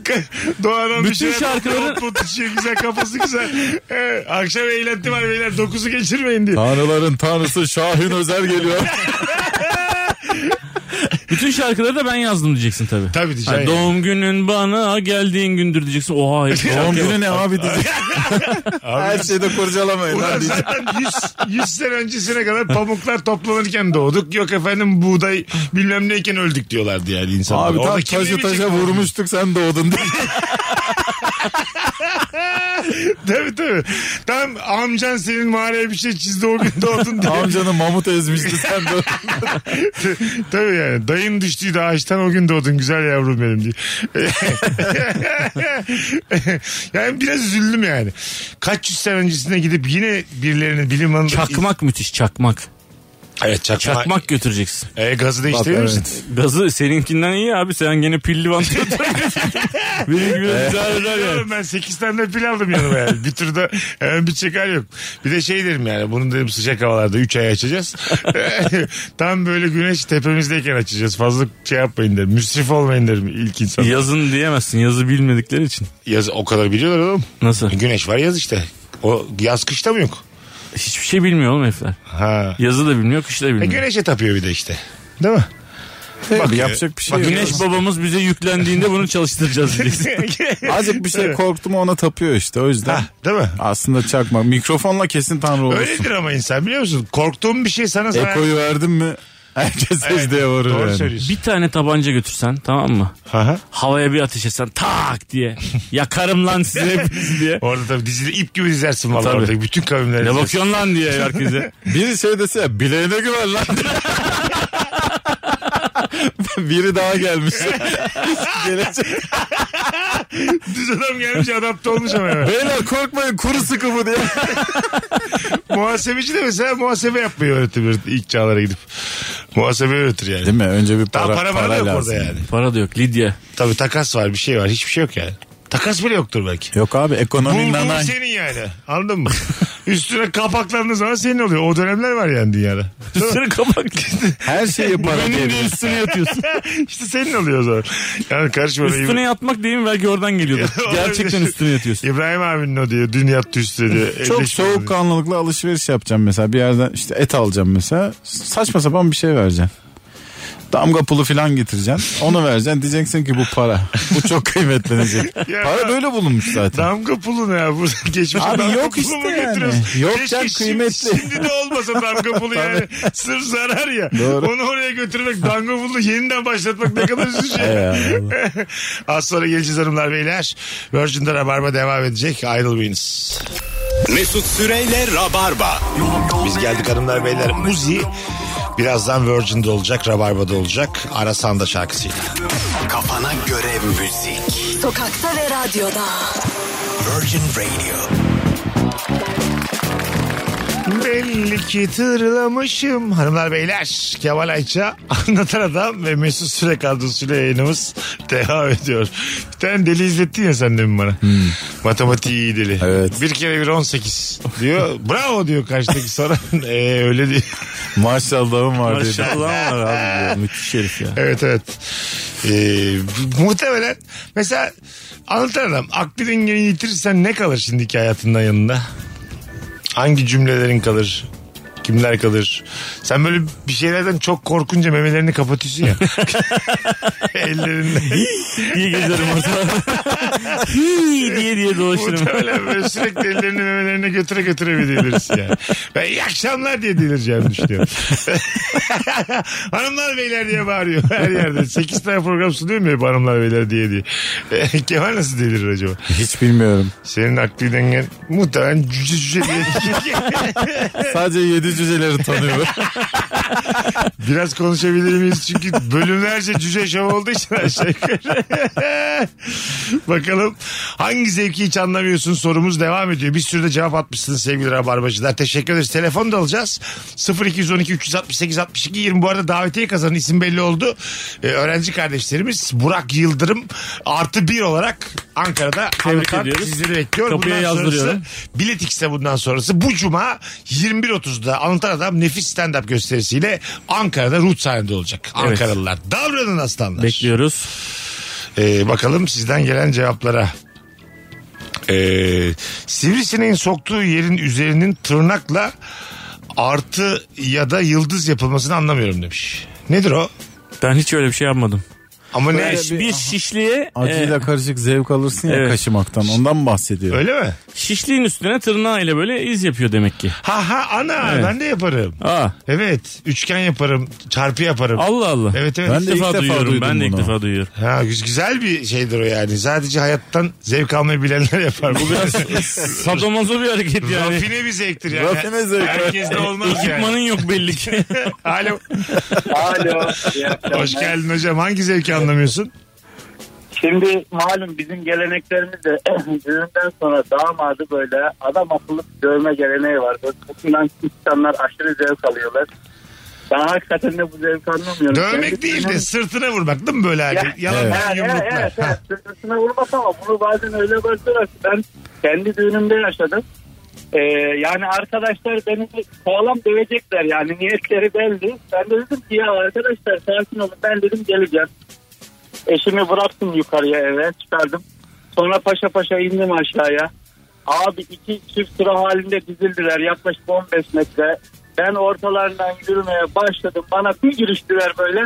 Speaker 3: Ka- Doğan'a bir
Speaker 5: Bütün
Speaker 3: şeyler
Speaker 5: şarkıları-
Speaker 3: Pot pot içiyor güzel kafası güzel. Ee, akşam eğlenti var beyler. Dokuzu geçirmeyin diye.
Speaker 4: Tanrıların tanrısı Şahin Özer geliyor.
Speaker 5: Bütün şarkıları da ben yazdım diyeceksin tabii. şey-
Speaker 3: Tabii
Speaker 5: Ha,
Speaker 3: diyeceğim.
Speaker 5: doğum günün bana geldiğin gündür diyeceksin. Oha hep
Speaker 4: Doğum günü ne abi diyecek. Her şeyde kurcalamayın.
Speaker 3: Ulan
Speaker 4: lan diyecek.
Speaker 3: zaten 100, 100 sene öncesine kadar pamuklar toplanırken doğduk. Yok efendim buğday bilmem neyken öldük diyorlardı yani insanlar.
Speaker 4: Abi tam
Speaker 3: Orada kim
Speaker 4: taşı
Speaker 3: bilecek
Speaker 4: taşa
Speaker 3: bunu?
Speaker 4: vurmuştuk sen doğdun diye.
Speaker 3: Tabii tabii. Tam amcan senin mağaraya bir şey çizdi o gün doğdun diye.
Speaker 4: Amcanı mamut ezmişti sen de.
Speaker 3: tabii yani dayın düştüydü ağaçtan o gün doğdun güzel yavrum benim diye. yani biraz üzüldüm yani. Kaç yüz sene öncesine gidip yine birilerinin bilim hanım...
Speaker 5: Çakmak müthiş çakmak.
Speaker 3: Evet çakma.
Speaker 5: Çakmak götüreceksin.
Speaker 3: E, gazı değiştirir
Speaker 4: Bak,
Speaker 3: misin?
Speaker 4: evet.
Speaker 5: Gazı seninkinden iyi abi sen gene pilli vantilatör. Benim gibi güzel eder yani.
Speaker 3: Oğlum ben 8 tane de pil aldım yanıma yani. Bir turda hemen bir çıkar yok. Bir de şey derim yani bunu dedim sıcak havalarda 3 ay açacağız. Tam böyle güneş tepemizdeyken açacağız. Fazla şey yapmayın derim. Müsrif olmayın derim ilk insan.
Speaker 5: Yazın diyemezsin yazı bilmedikleri için.
Speaker 3: Yaz o kadar biliyorlar oğlum.
Speaker 5: Nasıl?
Speaker 3: E, Güneş var yaz işte. O yaz kışta mı yok?
Speaker 5: Hiçbir şey bilmiyor oğlum herifler.
Speaker 3: Ha.
Speaker 5: Yazı da bilmiyor kışı da
Speaker 3: E,
Speaker 5: bilmiyor.
Speaker 3: güneşe tapıyor bir de işte. Değil mi?
Speaker 4: Bak, yapacak bir şey
Speaker 5: Bak,
Speaker 4: yok.
Speaker 5: Güneş babamız bize yüklendiğinde bunu çalıştıracağız biz.
Speaker 4: Azıcık bir şey korktum ona tapıyor işte o yüzden.
Speaker 3: ha, değil mi?
Speaker 4: Aslında çakma. Mikrofonla kesin tanrı olursun.
Speaker 3: Öyledir ama insan biliyor musun? Korktuğum bir şey sana zarar...
Speaker 4: Ekoyu verdin mi herkes
Speaker 3: Evet,
Speaker 4: secdeye varır
Speaker 3: Doğru
Speaker 4: yani.
Speaker 3: söylüyorsun.
Speaker 5: bir tane tabanca götürsen tamam mı?
Speaker 3: Aha.
Speaker 5: Havaya bir ateş etsen tak diye. Yakarım lan sizi hepinizi diye.
Speaker 3: Orada tabii dizili ip gibi dizersin vallahi
Speaker 5: Tabii.
Speaker 3: orada. Bütün kavimler.
Speaker 5: Ne
Speaker 3: izler.
Speaker 5: bakıyorsun lan diye herkese.
Speaker 4: Biri şey dese bileğine güven lan. Biri daha gelmiş. Gelecek.
Speaker 3: Düz adam gelmiş adapte olmuş ama hemen.
Speaker 4: Beyler korkmayın kuru sıkı bu diye.
Speaker 3: Muhasebeci de mesela muhasebe yapmayı öğretir ilk çağlara gidip. Muhasebe öğretir yani.
Speaker 4: Değil mi? Önce bir
Speaker 3: Daha
Speaker 4: para,
Speaker 3: para, para, da yok
Speaker 4: lazım.
Speaker 3: orada yani.
Speaker 5: Para da yok Lidya.
Speaker 3: Tabii takas var bir şey var hiçbir şey yok yani. Takas bile yoktur belki.
Speaker 4: Yok abi ekonomi
Speaker 3: Bulduğun
Speaker 4: nanay.
Speaker 3: senin yani. Anladın mı? Üstüne kapaklandığın zaman senin oluyor. O dönemler var yani dünyada.
Speaker 5: Üstüne kapak.
Speaker 4: Her şeye para
Speaker 5: Benim de
Speaker 4: devir.
Speaker 5: üstüne yatıyorsun.
Speaker 3: işte senin oluyor o zaman. Yani karışma.
Speaker 5: üstüne yatmak değil mi? Belki oradan geliyordu. Gerçekten üstüne yatıyorsun.
Speaker 3: İbrahim abinin o diyor. Dün yattı üstüne diyor.
Speaker 4: Çok
Speaker 3: Elleşme diyor.
Speaker 4: soğukkanlılıkla alışveriş yapacağım mesela. Bir yerden işte et alacağım mesela. Saçma sapan bir şey vereceksin. Damga pulu falan getireceksin. Onu vereceksin. Diyeceksin ki bu para. Bu çok kıymetlenecek.
Speaker 3: Ya.
Speaker 4: para böyle bulunmuş zaten.
Speaker 3: Damga pulu ne ya? Bu geçmiş
Speaker 4: Abi
Speaker 3: damga
Speaker 4: yok
Speaker 3: pulu
Speaker 4: işte
Speaker 3: mu
Speaker 4: yani.
Speaker 3: getiriyorsun?
Speaker 4: Yok
Speaker 3: Keşke
Speaker 4: can kıymetli.
Speaker 3: Şimdi, şimdi de olmasa damga pulu yani. Sırf zarar ya.
Speaker 4: Doğru.
Speaker 3: Onu oraya götürmek damga pulu yeniden başlatmak ne kadar üzücü. şey.
Speaker 4: Ya.
Speaker 3: Az sonra geleceğiz hanımlar beyler. Virgin'de Rabarba devam edecek. Ayrılmayınız.
Speaker 2: Mesut Süreyle Rabarba.
Speaker 3: Biz geldik hanımlar beyler. Uzi birazdan Virgin'de olacak. Rabarba'da olacak. Arasan da şarkısıyla.
Speaker 2: Kafana göre müzik.
Speaker 8: Sokakta ve radyoda.
Speaker 2: Virgin Radio.
Speaker 3: Belli ki tırlamışım hanımlar beyler. Kemal Ayça anlatan adam ve Mesut Süre kadrosuyla yayınımız devam ediyor. Bir tane deli izlettin ya sen demin bana. Matematiği iyi deli.
Speaker 4: Evet.
Speaker 3: Bir kere bir 18 diyor. Bravo diyor karşıdaki soran. Ee, öyle diyor.
Speaker 4: Maşallahım var dedi.
Speaker 5: Maşallah var abi. diyor. Müthiş herif ya.
Speaker 3: Evet evet. Ee, muhtemelen mesela anlatan adam aklı dengeni yitirirsen ne kalır şimdiki hayatından yanında? Hangi cümlelerin kalır? Kimler kalır? Sen böyle bir şeylerden çok korkunca memelerini kapatıyorsun ya. Ellerinle.
Speaker 5: İyi gezerim ortalarda. Hii diye diye dolaşırım.
Speaker 3: Muhtemelen böyle sürekli ellerini memelerine götüre götüre bir delirsin yani. Ben iyi akşamlar diye delireceğimi düşünüyorum. hanımlar beyler diye bağırıyor her yerde. 8 tane program sunuyor mu hep hanımlar beyler diye diye. Kemal nasıl delirir acaba?
Speaker 4: Hiç bilmiyorum.
Speaker 3: Senin akli dengen muhtemelen cüce cüce diye.
Speaker 4: Sadece 7 kedi cüceleri tanıyor.
Speaker 3: Biraz konuşabilir miyiz? Çünkü bölümlerce cüce şov olduğu için aşağı yukarı. Bakalım hangi zevki hiç anlamıyorsun sorumuz devam ediyor. Bir sürü de cevap atmışsınız sevgili Rabarbacılar. Teşekkür ederiz. Telefon da alacağız. 0212 368 62 20. Bu arada davetiye kazanan isim belli oldu. Ee, öğrenci kardeşlerimiz Burak Yıldırım artı bir olarak Ankara'da Amerikan
Speaker 5: ediyoruz.
Speaker 3: sizleri bekliyor.
Speaker 5: Kapıya
Speaker 3: Bundan sonrası-
Speaker 5: yazdırıyorum.
Speaker 3: Bilet X'te bundan sonrası bu cuma 21.30'da Anlatan Adam nefis stand-up gösterisiyle Ankara'da Rut sahnede olacak. Ankaralılar davranın aslanlar.
Speaker 5: Bekliyoruz.
Speaker 3: Ee, bakalım sizden gelen cevaplara. Ee, sivrisineğin soktuğu yerin üzerinin tırnakla artı ya da yıldız yapılmasını anlamıyorum demiş. Nedir o?
Speaker 5: Ben hiç öyle bir şey yapmadım.
Speaker 3: Ama ne?
Speaker 5: Yani
Speaker 4: bir-
Speaker 5: bir şişliğe
Speaker 4: Acıyla
Speaker 5: e,
Speaker 4: karışık zevk alırsın ya
Speaker 5: Evet.
Speaker 4: kaşımaktan. Ondan mı bahsediyor?
Speaker 3: Öyle mi?
Speaker 5: şişliğin üstüne tırnağıyla böyle iz yapıyor demek ki.
Speaker 3: Ha ha ana
Speaker 5: Evet.
Speaker 3: ben de yaparım.
Speaker 5: Aa,
Speaker 3: Evet üçgen yaparım çarpı yaparım.
Speaker 5: Allah Allah.
Speaker 3: Evet evet.
Speaker 4: Ben
Speaker 5: İlk
Speaker 4: de ilk
Speaker 5: defa,
Speaker 4: defa
Speaker 5: duyuyorum.
Speaker 4: duydum
Speaker 5: ben de ilk
Speaker 4: bunu.
Speaker 5: defa duyuyorum.
Speaker 3: Ha güz- güzel bir şeydir o yani. Sadece hayattan zevk almayı bilenler yapar. Bu biraz
Speaker 5: Sadomaso bir hareket yani.
Speaker 3: rafine bir zevktir yani.
Speaker 4: Rafine zevk.
Speaker 3: Herkes de olmaz
Speaker 5: Ekipmanın
Speaker 3: yani.
Speaker 5: yok belli ki.
Speaker 3: Alo.
Speaker 8: Alo. iyi akşamlar.
Speaker 3: Hoş geldin hocam. Hangi zevki anlamıyorsun?
Speaker 8: Şimdi malum bizim geleneklerimizde düğünden sonra damadı böyle adam akıllı bir dövme geleneği vardı. Bundan insanlar aşırı zevk alıyorlar. Ben hakikaten de bu zevk anlamıyorum.
Speaker 3: Dövmek
Speaker 8: Kendi
Speaker 3: değil de
Speaker 8: düğünüm-
Speaker 3: sırtına vurmak değil mi böyle erkek? Yalan
Speaker 4: Evet.
Speaker 3: evet.
Speaker 8: Ha, evet,
Speaker 3: yumruklar.
Speaker 8: evet,
Speaker 3: Ha.
Speaker 8: evet. Sırtına vurmak ama bunu bazen öyle başlıyorlar ki ben kendi düğünümde yaşadım. Ee, yani arkadaşlar beni sağlam dövecekler yani niyetleri belli. Ben de dedim ki ya arkadaşlar sakin olun ben dedim geleceğim. Eşimi bıraktım yukarıya eve çıkardım. Sonra paşa paşa indim aşağıya. Abi iki çift sıra halinde dizildiler yaklaşık 15 metre. Ben ortalarından yürümeye başladım. Bana bir giriştiler böyle.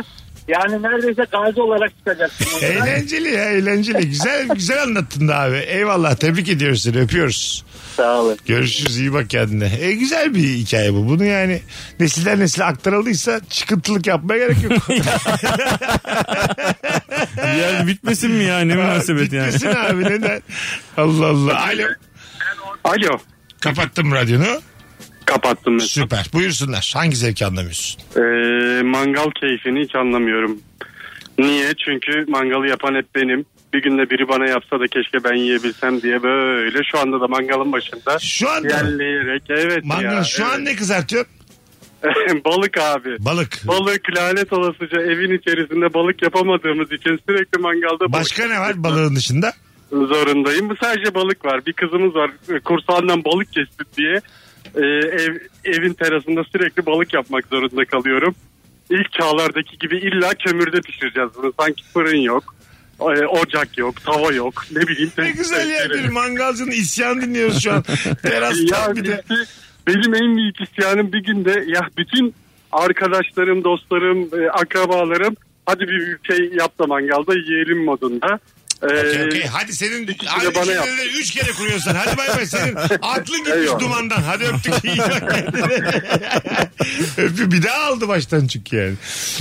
Speaker 8: Yani neredeyse gazi olarak çıkacaktım. oradan.
Speaker 3: Eğlenceli ya eğlenceli. Güzel güzel anlattın da abi. Eyvallah tebrik ediyoruz seni öpüyoruz.
Speaker 8: Sağ olun.
Speaker 3: Görüşürüz iyi bak kendine. E, güzel bir hikaye bu. Bunu yani nesilden nesile aktarıldıysa çıkıntılık yapmaya gerek yok.
Speaker 5: yani bitmesin mi ya ne münasebet yani.
Speaker 3: Bitmesin abi neden? Allah Allah. Alo.
Speaker 6: Alo.
Speaker 3: Kapattım radyonu.
Speaker 6: Kapattım ben.
Speaker 3: Süper. Buyursunlar. Hangi zevki anlamıyorsun?
Speaker 6: Ee, mangal keyfini hiç anlamıyorum. Niye? Çünkü mangalı yapan hep benim. Bir günde biri bana yapsa da keşke ben yiyebilsem diye böyle şu anda da mangalın başında
Speaker 3: Şu anda
Speaker 6: yerleyerek evet
Speaker 3: mangal
Speaker 6: ya.
Speaker 3: şu an
Speaker 6: evet.
Speaker 3: ne kızartıyor?
Speaker 6: balık abi.
Speaker 3: Balık.
Speaker 6: Balık lanet olasıca evin içerisinde balık yapamadığımız için sürekli mangalda balık
Speaker 3: Başka ne var balığın dışında?
Speaker 6: zorundayım. Bu sadece balık var. Bir kızımız var. E, Kursağından balık kesti diye e, ev, evin terasında sürekli balık yapmak zorunda kalıyorum. İlk çağlardaki gibi illa kömürde pişireceğiz bunu. Sanki fırın yok. e, Ocak yok, tava yok. Ne bileyim.
Speaker 3: Ne güzel ya bir mangalcının isyan dinliyoruz şu an.
Speaker 6: Ya
Speaker 3: Terasta bir de.
Speaker 6: birisi- benim en büyük isyanım bir günde ya bütün arkadaşlarım, dostlarım, e, akrabalarım hadi bir şey yap da mangalda yiyelim modunda. E,
Speaker 3: Okey, okey. Hadi senin
Speaker 6: kere
Speaker 3: hadi
Speaker 6: bana
Speaker 3: kendine
Speaker 6: yap.
Speaker 3: de üç kere kuruyorsun. Hadi bay bay senin aklın gitmiş
Speaker 6: Eyvallah.
Speaker 3: dumandan. Hadi öptük. İyi bak kendine. Öpü bir daha aldı baştan çünkü yani.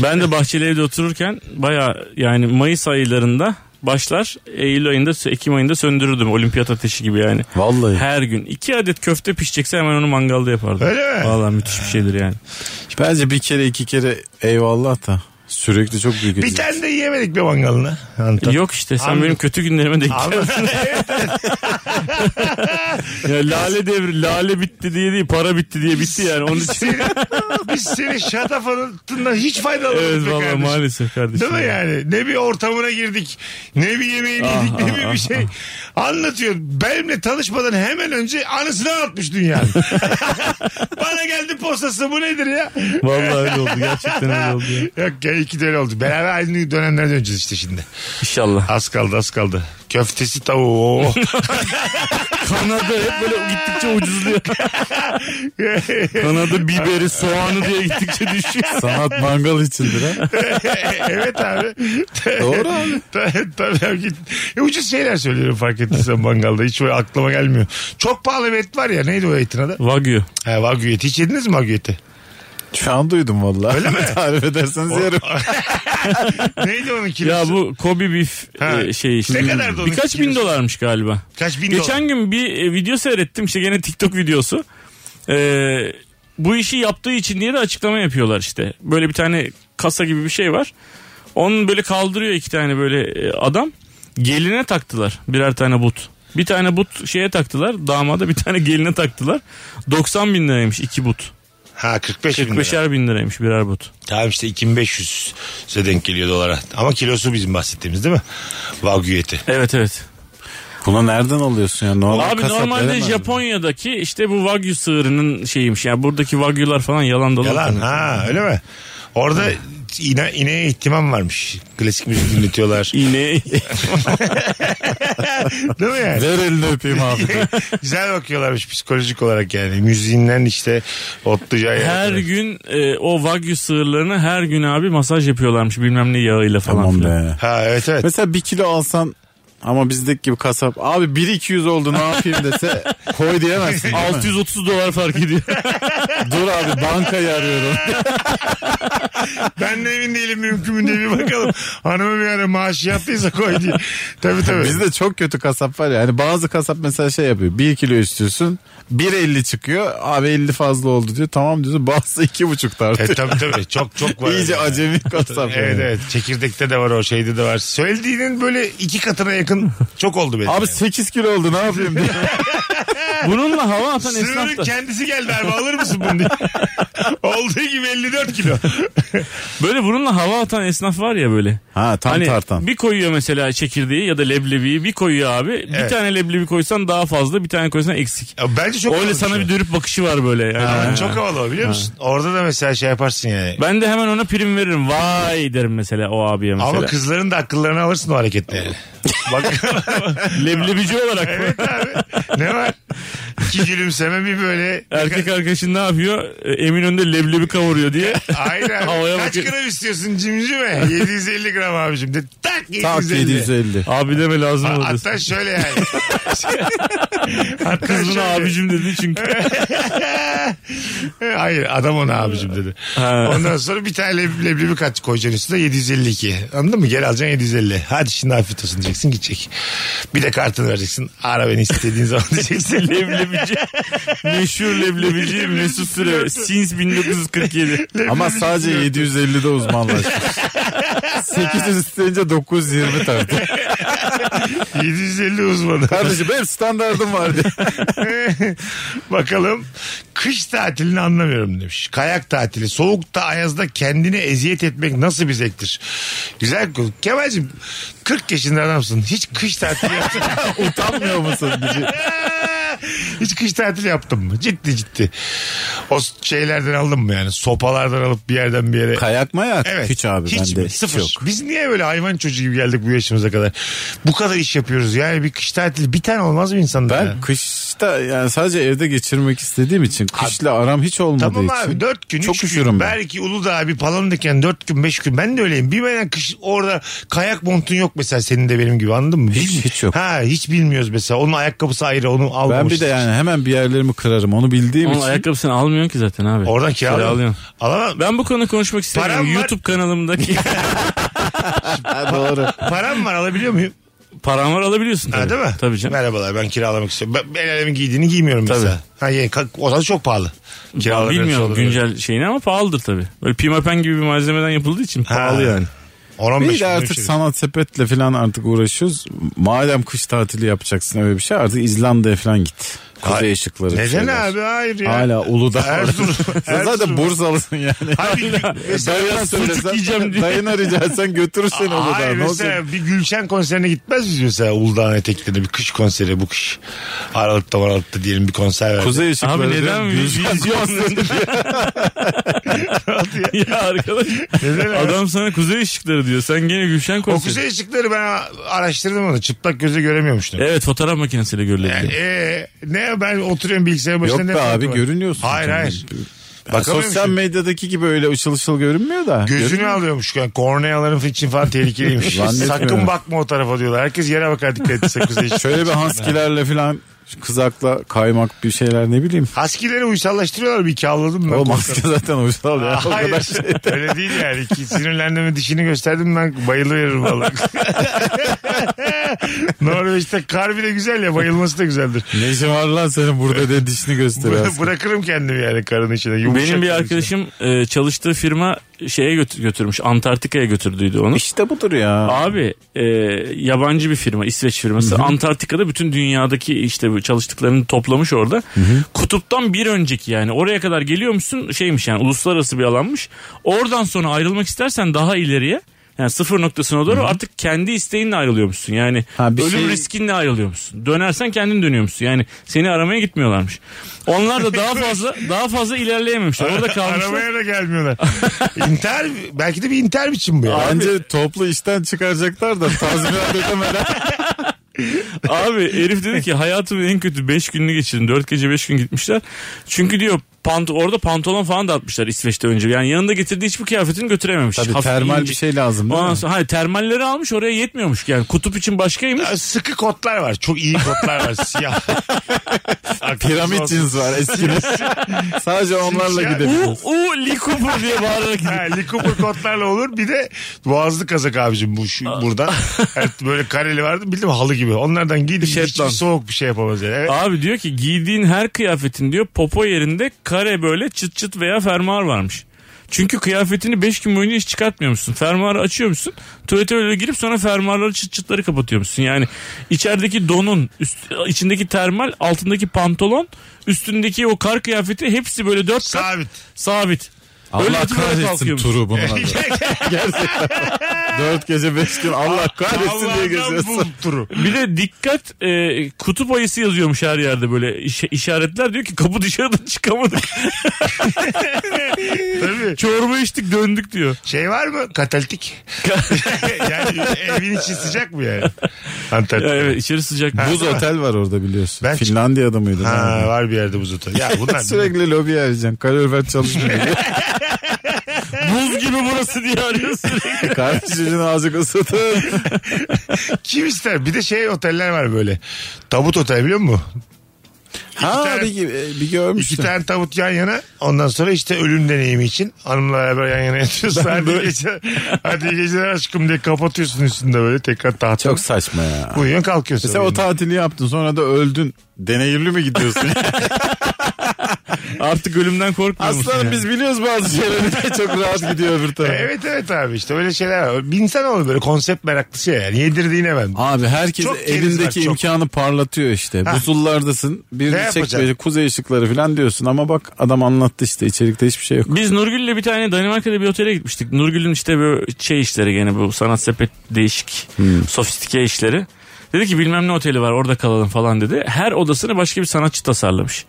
Speaker 5: Ben de bahçeli evde otururken baya yani Mayıs aylarında başlar Eylül ayında Ekim ayında söndürürdüm olimpiyat ateşi gibi yani.
Speaker 4: Vallahi.
Speaker 5: Her gün iki adet köfte pişecekse hemen onu mangalda yapardım.
Speaker 3: Öyle mi?
Speaker 5: Valla müthiş bir şeydir yani.
Speaker 4: Bence bir kere iki kere eyvallah da sürekli çok büyük
Speaker 3: Bir
Speaker 4: acı.
Speaker 3: tane de yiyemedik bir mangalını. Antal.
Speaker 5: Yok işte sen
Speaker 3: Anladım.
Speaker 5: benim kötü günlerime denk
Speaker 3: Abi,
Speaker 5: geldin. Ya lale devri lale bitti diye değil para bitti diye bitti yani. Onun için
Speaker 3: seni, biz seni şatafatından hiç faydalanmadık
Speaker 5: evet
Speaker 3: be
Speaker 5: valla
Speaker 3: kardeşim.
Speaker 5: maalesef
Speaker 3: Değil
Speaker 5: kardeşim.
Speaker 3: mi yani? Ne bir ortamına girdik, ne bir yemeğini
Speaker 5: Ah,
Speaker 3: yedik, ne
Speaker 5: ah,
Speaker 3: bir, bir
Speaker 5: ah,
Speaker 3: şey. Anlatıyor. Benimle tanışmadan hemen önce anısını anlatmış dünyanın. Bana geldi postası bu nedir ya?
Speaker 5: Valla öyle oldu gerçekten öyle oldu ya.
Speaker 3: Yok ya iki de öyle oldu. Beraber aynı dönemlere döneceğiz işte şimdi.
Speaker 5: İnşallah.
Speaker 3: Az kaldı az kaldı. Köftesi tavuğu.
Speaker 5: Kanada hep böyle gittikçe ucuzluyor. Kanada biberi, soğanı diye gittikçe düşüyor.
Speaker 4: Sanat mangal içindir ha.
Speaker 3: evet abi.
Speaker 4: Doğru abi.
Speaker 3: Tabii, tabii abi. Git. E, ucuz şeyler söylüyorum fark ettiysen mangalda. Hiç böyle aklıma gelmiyor. Çok pahalı bir et var ya. Neydi o etin adı?
Speaker 5: Wagyu.
Speaker 3: He, Wagyu eti. Hiç yediniz mi Wagyu eti?
Speaker 4: Şu an duydum vallahi.
Speaker 3: Öyle mi?
Speaker 4: Tarif ederseniz yerim.
Speaker 3: Neydi onun kilosu?
Speaker 5: Ya bu Kobe beef
Speaker 3: Ha.
Speaker 5: e, şey işte.
Speaker 3: Ne kadardı onun
Speaker 5: Birkaç bin
Speaker 3: kilosu?
Speaker 5: dolarmış galiba.
Speaker 3: Kaç bin dolar?
Speaker 5: Geçen gün bir e, video seyrettim işte gene TikTok videosu. Ee, bu işi yaptığı için diye de açıklama yapıyorlar işte. Böyle bir tane kasa gibi bir şey var. Onun böyle kaldırıyor iki tane böyle e, adam. Geline taktılar birer tane but. Bir tane but şeye taktılar. Damada bir tane geline taktılar. 90 bin liraymış iki but.
Speaker 3: Ha 45 bin lira.
Speaker 5: 45'er bin liraymış birer but.
Speaker 3: Tamam işte 2500 size denk geliyor dolara. Ama kilosu bizim bahsettiğimiz değil mi? Wagyu eti.
Speaker 5: Evet evet.
Speaker 4: Bunu nereden alıyorsun ya? Normal
Speaker 5: Abi
Speaker 4: kasap
Speaker 5: normalde
Speaker 4: veremez mi?
Speaker 5: Japonya'daki işte bu Wagyu sığırının şeyiymiş. Yani buradaki Wagyu'lar falan yalan dolan.
Speaker 3: Yalan ha öyle mi? Orada ine, ineğe ihtimam varmış. Klasik müzik dinletiyorlar.
Speaker 5: İğne.
Speaker 3: değil mi yani?
Speaker 4: Ver elini öpeyim abi.
Speaker 3: Güzel bakıyorlarmış psikolojik olarak yani. Müziğinden işte otlayacağı yere
Speaker 5: her
Speaker 3: kadar.
Speaker 5: gün e, o Wagyu sığırlarına her gün abi masaj yapıyorlarmış bilmem ne yağıyla falan.
Speaker 4: tamam
Speaker 5: filan.
Speaker 4: be.
Speaker 3: Ha evet evet.
Speaker 4: Mesela bir kilo alsan ama bizdeki gibi kasap abi 1 200 oldu ne yapayım dese koy diyemezsin. değil mi?
Speaker 5: 630 dolar fark ediyor.
Speaker 4: Dur abi bankayı arıyorum.
Speaker 3: Ben de emin değilim mümkün mü diye bir bakalım. Hanımı bir ara maaşı yattıysa koy diye. Tabii tabii.
Speaker 4: Bizde çok kötü kasap var ya. Hani bazı kasap mesela şey yapıyor. 1 kilo istiyorsun. 1.50 çıkıyor. Abi 50 fazla oldu diyor. Tamam diyorsun. Bazısı 2.5
Speaker 3: E,
Speaker 4: tartıyor.
Speaker 3: tabii tabii çok çok var.
Speaker 4: İyice
Speaker 3: Yani.
Speaker 4: acemi kasap.
Speaker 3: Evet
Speaker 4: yani.
Speaker 3: evet çekirdekte de var o şeyde de var. Söylediğinin böyle iki katına yakın çok oldu benim.
Speaker 4: Abi 8 kilo oldu ne yapayım diyor.
Speaker 3: Hani
Speaker 5: Bununla hava atan
Speaker 3: Sığırın
Speaker 5: esnaf da.
Speaker 3: kendisi geldi abi alır mısın bunu diye. Olduğu gibi 54 kilo.
Speaker 5: Böyle bununla hava atan esnaf var ya böyle.
Speaker 4: Ha tam
Speaker 5: Hani
Speaker 4: tartan.
Speaker 5: bir koyuyor mesela çekirdeği ya da leblebiyi bir koyuyor abi. Bir
Speaker 3: Evet.
Speaker 5: tane leblebi koysan daha fazla bir tane koysan eksik.
Speaker 3: Ya Bence çok
Speaker 5: Öyle
Speaker 3: havalı
Speaker 5: sana
Speaker 3: şey.
Speaker 5: bir dönüp bakışı var böyle. Yani.
Speaker 3: Ama Çok havalı o biliyor musun? Orada da mesela şey yaparsın yani.
Speaker 5: Ben de hemen ona prim veririm. Vay derim mesela o abiye mesela.
Speaker 3: Ama kızların da akıllarını alırsın o hareketleri. Bak
Speaker 5: Leblebici olarak mı?
Speaker 3: evet abi. Ne var? İki gülümseme bir böyle.
Speaker 5: Erkek arkadaşın ne yapıyor? Emin önünde leblebi kavuruyor diye.
Speaker 3: Aynen.
Speaker 5: Havaya
Speaker 3: Kaç
Speaker 5: bakıyor.
Speaker 3: gram istiyorsun cimcime? 750 gram abicim. De, tak 750.
Speaker 4: Tak 750.
Speaker 5: Abi deme lazım
Speaker 3: Ha,
Speaker 5: olur.
Speaker 3: Hatta şöyle yani. Hatta
Speaker 5: Kızına
Speaker 3: şöyle.
Speaker 5: abicim dedi çünkü.
Speaker 3: Hayır adam ona abicim dedi.
Speaker 5: Ha.
Speaker 3: Ondan sonra bir tane leb- leblebi kat koyacaksın üstüne 752. Anladın mı? Gel alacaksın 750. Hadi şimdi afiyet olsun diyeceksin gidecek. Bir de kartını vereceksin. Ara beni istediğin zaman diyeceksin.
Speaker 5: Leblebici. Meşhur leblebici Mesut Süre. Since 1947.
Speaker 4: Ama sadece 750'de uzmanlaşmış. 800 isteyince 920 tartıyor.
Speaker 3: 750 uzmanı.
Speaker 4: Kardeşim benim standardım var diye.
Speaker 3: Bakalım. Kış tatilini anlamıyorum demiş. Kayak tatili. Soğukta ayazda kendini eziyet etmek nasıl bir zevktir? Güzel. Kemal'cim 40 yaşında adamsın. Hiç kış tatili yaptın.
Speaker 4: Utanmıyor musun? Bizi-
Speaker 3: Hiç kış tatili yaptım mı? Ciddi ciddi. O şeylerden aldım mı yani? Sopalardan alıp bir yerden bir yere.
Speaker 4: Kayak mayak.
Speaker 3: Evet.
Speaker 4: Hiç abi
Speaker 3: Hiç
Speaker 4: bende
Speaker 3: mi? Sıfır.
Speaker 4: hiç yok.
Speaker 3: Biz niye böyle hayvan çocuğu gibi geldik bu yaşımıza kadar? Bu kadar iş yapıyoruz. Yani bir kış tatili bir tane olmaz mı insanda?
Speaker 4: Ben
Speaker 3: ya?
Speaker 4: kışta yani sadece evde geçirmek istediğim için kışla aram hiç olmadığı
Speaker 3: Tamam
Speaker 4: için.
Speaker 3: abi 4 gün,
Speaker 4: Çok
Speaker 3: üç gün
Speaker 4: üşürüm ben.
Speaker 3: belki Uludağ bir Palandöken 4 gün 5 gün ben de öyleyim. Bir ben kış orada kayak montun yok mesela senin de benim gibi anladın mı?
Speaker 4: Hiç,
Speaker 3: Bil-
Speaker 4: hiç yok.
Speaker 3: Ha hiç bilmiyoruz mesela. Onun ayakkabısı ayrı onu almamışız.
Speaker 4: Ben bir de yani hemen bir yerlerimi kırarım onu bildiğim
Speaker 5: Onun
Speaker 4: için.
Speaker 5: ayakkabısını almıyorsun ki zaten abi.
Speaker 3: Oradan kiralıyorum.
Speaker 5: Kiralıyorum.
Speaker 3: Alamam.
Speaker 5: Ben bu konu konuşmak istemiyorum.
Speaker 3: Param var.
Speaker 5: YouTube kanalımdaki
Speaker 4: Ha, Doğru.
Speaker 3: Param var alabiliyor muyum?
Speaker 5: param var alabiliyorsun tabii.
Speaker 3: Ha, değil mi?
Speaker 5: Tabii canım.
Speaker 3: Merhabalar ben kiralamak istiyorum. Ben, ben elimin giydiğini giymiyorum mesela. Ha, yani, ka- o zaman çok pahalı. şey Kiralamam
Speaker 5: Bilmiyorum güncel şeyini ama pahalıdır tabii. Böyle pimapen gibi bir malzemeden yapıldığı için pahalı yani.
Speaker 3: 10-15
Speaker 4: Bir de artık sanat sepetle falan artık uğraşıyoruz. Madem kış tatili yapacaksın öyle bir şey artık İzlanda'ya falan git. Kuzey ışıkları.
Speaker 3: Neden
Speaker 4: şeyler.
Speaker 3: abi hayır ya.
Speaker 4: Hala Uludağ.
Speaker 3: Erzurum.
Speaker 4: Sen zaten
Speaker 3: Erzurum.
Speaker 4: Bursalısın yani.
Speaker 3: Hayır, mesela-
Speaker 4: Dayına söylesen,
Speaker 5: yiyeceğim diye.
Speaker 4: dayına rica etsen götürürsün Uludağ'a.
Speaker 3: Hayır
Speaker 4: Ne olacak?
Speaker 3: mesela bir Gülşen konserine gitmez miyiz mesela Uludağ'ın eteklerinde bir kış konseri bu kış. Aralıkta Aralık'ta diyelim bir konser verdi.
Speaker 4: Kuzey ışıkları.
Speaker 5: Abi neden
Speaker 4: diyorum,
Speaker 5: vizyon? ya arkadaş
Speaker 3: Neden abi?
Speaker 5: adam sana kuzey ışıkları diyor. Sen gene Gülşen
Speaker 3: O
Speaker 5: konseri.
Speaker 3: kuzey ışıkları ben a- araştırdım onu. Çıplak gözle göremiyormuştum.
Speaker 5: Evet fotoğraf makinesiyle görülebilir.
Speaker 3: Yani, ee, ne ben oturuyorum bilgisayarın başında.
Speaker 4: E, Yok
Speaker 3: ne
Speaker 4: be
Speaker 3: farkı
Speaker 4: abi
Speaker 3: var?
Speaker 4: görünüyorsun.
Speaker 3: Hayır
Speaker 4: canım.
Speaker 3: hayır.
Speaker 4: Yani
Speaker 3: Bakamıyor
Speaker 4: sosyal
Speaker 3: musun?
Speaker 4: medyadaki gibi öyle ışıl ışıl görünmüyor da.
Speaker 3: Gözünü
Speaker 4: Görünüyor.
Speaker 3: alıyormuş. Yani korneaların için falan tehlikeliymiş.
Speaker 4: Zannetmiyorum.
Speaker 3: Sakın bakma o tarafa diyorlar. Herkes yere bakar dikkat etse kuzey ışıkları.
Speaker 4: Şöyle bir hanskilerle falan Kızakla kaymak bir şeyler ne bileyim.
Speaker 3: Haskileri uysallaştırıyorlar bir kavladım ben.
Speaker 4: O maske zaten uysal ya. O
Speaker 3: Hayır.
Speaker 4: kadar şey.
Speaker 3: Öyle değil yani. Ki sinirlendim ve dişini gösterdim ben bayılıyorum valla. Norveç'te kar bile güzel ya bayılması da güzeldir.
Speaker 4: Ne işin var lan senin burada de dişini gösteriyor.
Speaker 3: Bı- Bırakırım kendimi yani karın içine. Yumuşak
Speaker 5: Benim bir
Speaker 3: karın
Speaker 5: arkadaşım e, çalıştığı firma şeye götür- götürmüş. Antarktika'ya götürdüydü onu.
Speaker 4: işte budur ya.
Speaker 5: Abi e, yabancı bir firma İsveç firması Antarktika'da bütün dünyadaki işte bu çalıştıklarını toplamış orada. Kutuptan bir önceki yani oraya kadar geliyormuşsun şeymiş yani uluslararası bir alanmış. Oradan sonra ayrılmak istersen daha ileriye yani sıfır noktasına doğru artık kendi isteğinle ayrılıyormuşsun. Yani
Speaker 4: Ha, bir
Speaker 5: ölüm
Speaker 4: şey-
Speaker 5: riskinle ayrılıyormuşsun. Dönersen kendin dönüyormuşsun. Yani seni aramaya gitmiyorlarmış. Onlar da daha fazla daha fazla ilerleyememişler. Orada
Speaker 3: içine.
Speaker 5: kalmışlar.
Speaker 3: Arabaya da gelmiyorlar. intihar belki de bir intihar biçim bu ya.
Speaker 4: Bence toplu işten çıkaracaklar da tazminat ödemeden.
Speaker 5: Abi herif dedi ki hayatımın en kötü 5 gününü geçirdim. 4 gece 5 gün gitmişler. Çünkü diyor pant orada pantolon falan da atmışlar İsveç'te önce. Yani yanında getirdiği hiçbir kıyafetini götürememiş.
Speaker 4: Tabii
Speaker 5: Hafif
Speaker 4: termal
Speaker 5: ince.
Speaker 4: bir şey lazım değil
Speaker 5: Ondan
Speaker 4: mi?
Speaker 5: sonra, hayır, termalleri almış oraya yetmiyormuş. Yani kutup için başkaymış.
Speaker 3: Sıkı kotlar var. Çok iyi kotlar var. Siyah.
Speaker 4: Piramit cins var eskiden. Sadece onlarla
Speaker 3: Siyah-
Speaker 4: gidebiliriz.
Speaker 5: U, u Lee Cooper diye bağırarak
Speaker 3: Ha, Lee Cooper kotlarla olur. Bir de boğazlı kazak abicim bu şu, buradan. Evet, böyle kareli vardı. Bildim halı gibi. Onlardan giydim.
Speaker 5: Şetland.
Speaker 3: Hiçbir soğuk bir şey yapamaz yani. Evet.
Speaker 5: Abi diyor ki giydiğin her kıyafetin diyor popo yerinde kare böyle çıt çıt veya fermuar varmış. Çünkü kıyafetini 5 gün boyunca hiç çıkartmıyormuşsun. Fermuarı açıyormuşsun. Tuvalete öyle girip sonra fermuarları çıt çıtları kapatıyormuşsun. Yani içerideki donun, üst, içindeki termal, altındaki pantolon, üstündeki o kar kıyafeti hepsi böyle 4 kat
Speaker 3: Sabit.
Speaker 5: sabit. Öyle
Speaker 4: Allah
Speaker 5: bir tuvale
Speaker 4: kahretsin
Speaker 5: kalkıyormuş.
Speaker 4: turu bunu. Gerçekten. Dört gece beş gün Allah kahretsin diye
Speaker 3: Allah'tan
Speaker 4: geziyorsun.
Speaker 3: bu turu.
Speaker 5: Bir de dikkat e, kutup ayısı yazıyormuş her yerde böyle iş- işaretler diyor ki kapı dışarıdan çıkamadık.
Speaker 3: Tabii.
Speaker 5: Çorba içtik döndük diyor.
Speaker 3: Şey var mı? Katalitik. yani evin içi sıcak mı yani? Antarktika.
Speaker 5: Ya evet içeri sıcak.
Speaker 4: Buz otel var orada biliyorsun.
Speaker 3: Ben-
Speaker 4: Finlandiya'da mıydı?
Speaker 3: Ha,
Speaker 4: Ha,
Speaker 3: var bir yerde buz otu. Ya bunlar
Speaker 4: Sürekli lobiye arayacaksın. Kalorifer çalışmıyor.
Speaker 5: Buz gibi burası diye arıyorsun.
Speaker 4: Kardeşinin azıcık ısıtın.
Speaker 3: kim ister? Bir de şey oteller var böyle. Tabut otel biliyor musun?
Speaker 4: Ha
Speaker 3: tane-
Speaker 4: bir, e, bir
Speaker 3: İki
Speaker 4: görmüştüm.
Speaker 3: tane tabut yan yana. Ondan sonra işte ölüm deneyimi için hanımla beraber yan yana yatıyorsun. Hadi, iyi geceler, hadi iyi geceler aşkım diye kapatıyorsun üstünde böyle tekrar tahta.
Speaker 4: Çok saçma ya.
Speaker 3: Uyuyorsun kalkıyorsun.
Speaker 4: Mesela o tatili yaptın sonra da öldün. Deneyimli mi gidiyorsun?
Speaker 5: Artık ölümden korkmuyor musun?
Speaker 4: Aslanım
Speaker 5: yani?
Speaker 4: biz biliyoruz bazı şeyleri. Çok rahat gidiyor öbür tarafa.
Speaker 3: Evet evet abi işte öyle şeyler var. Bir insan olur böyle konsept meraklısı ya yani yedirdiğine ben.
Speaker 4: Abi herkes
Speaker 3: Çok keriz
Speaker 4: elindeki
Speaker 3: var, çok.
Speaker 4: imkanı parlatıyor işte. Buzullardasın.
Speaker 3: Ne
Speaker 4: Bir çek
Speaker 3: yapacaksın?
Speaker 4: böyle kuzey ışıkları falan diyorsun ama bak adam anlattı işte içerikte hiçbir şey yok.
Speaker 5: Biz Nurgül'le bir tane Danimarka'da bir otele gitmiştik. Nurgül'ün işte böyle şey işleri gene bu sanat sepet değişik sofistike işleri. Dedi ki bilmem ne oteli var orada kalalım falan dedi. Her odasını başka bir sanatçı tasarlamış.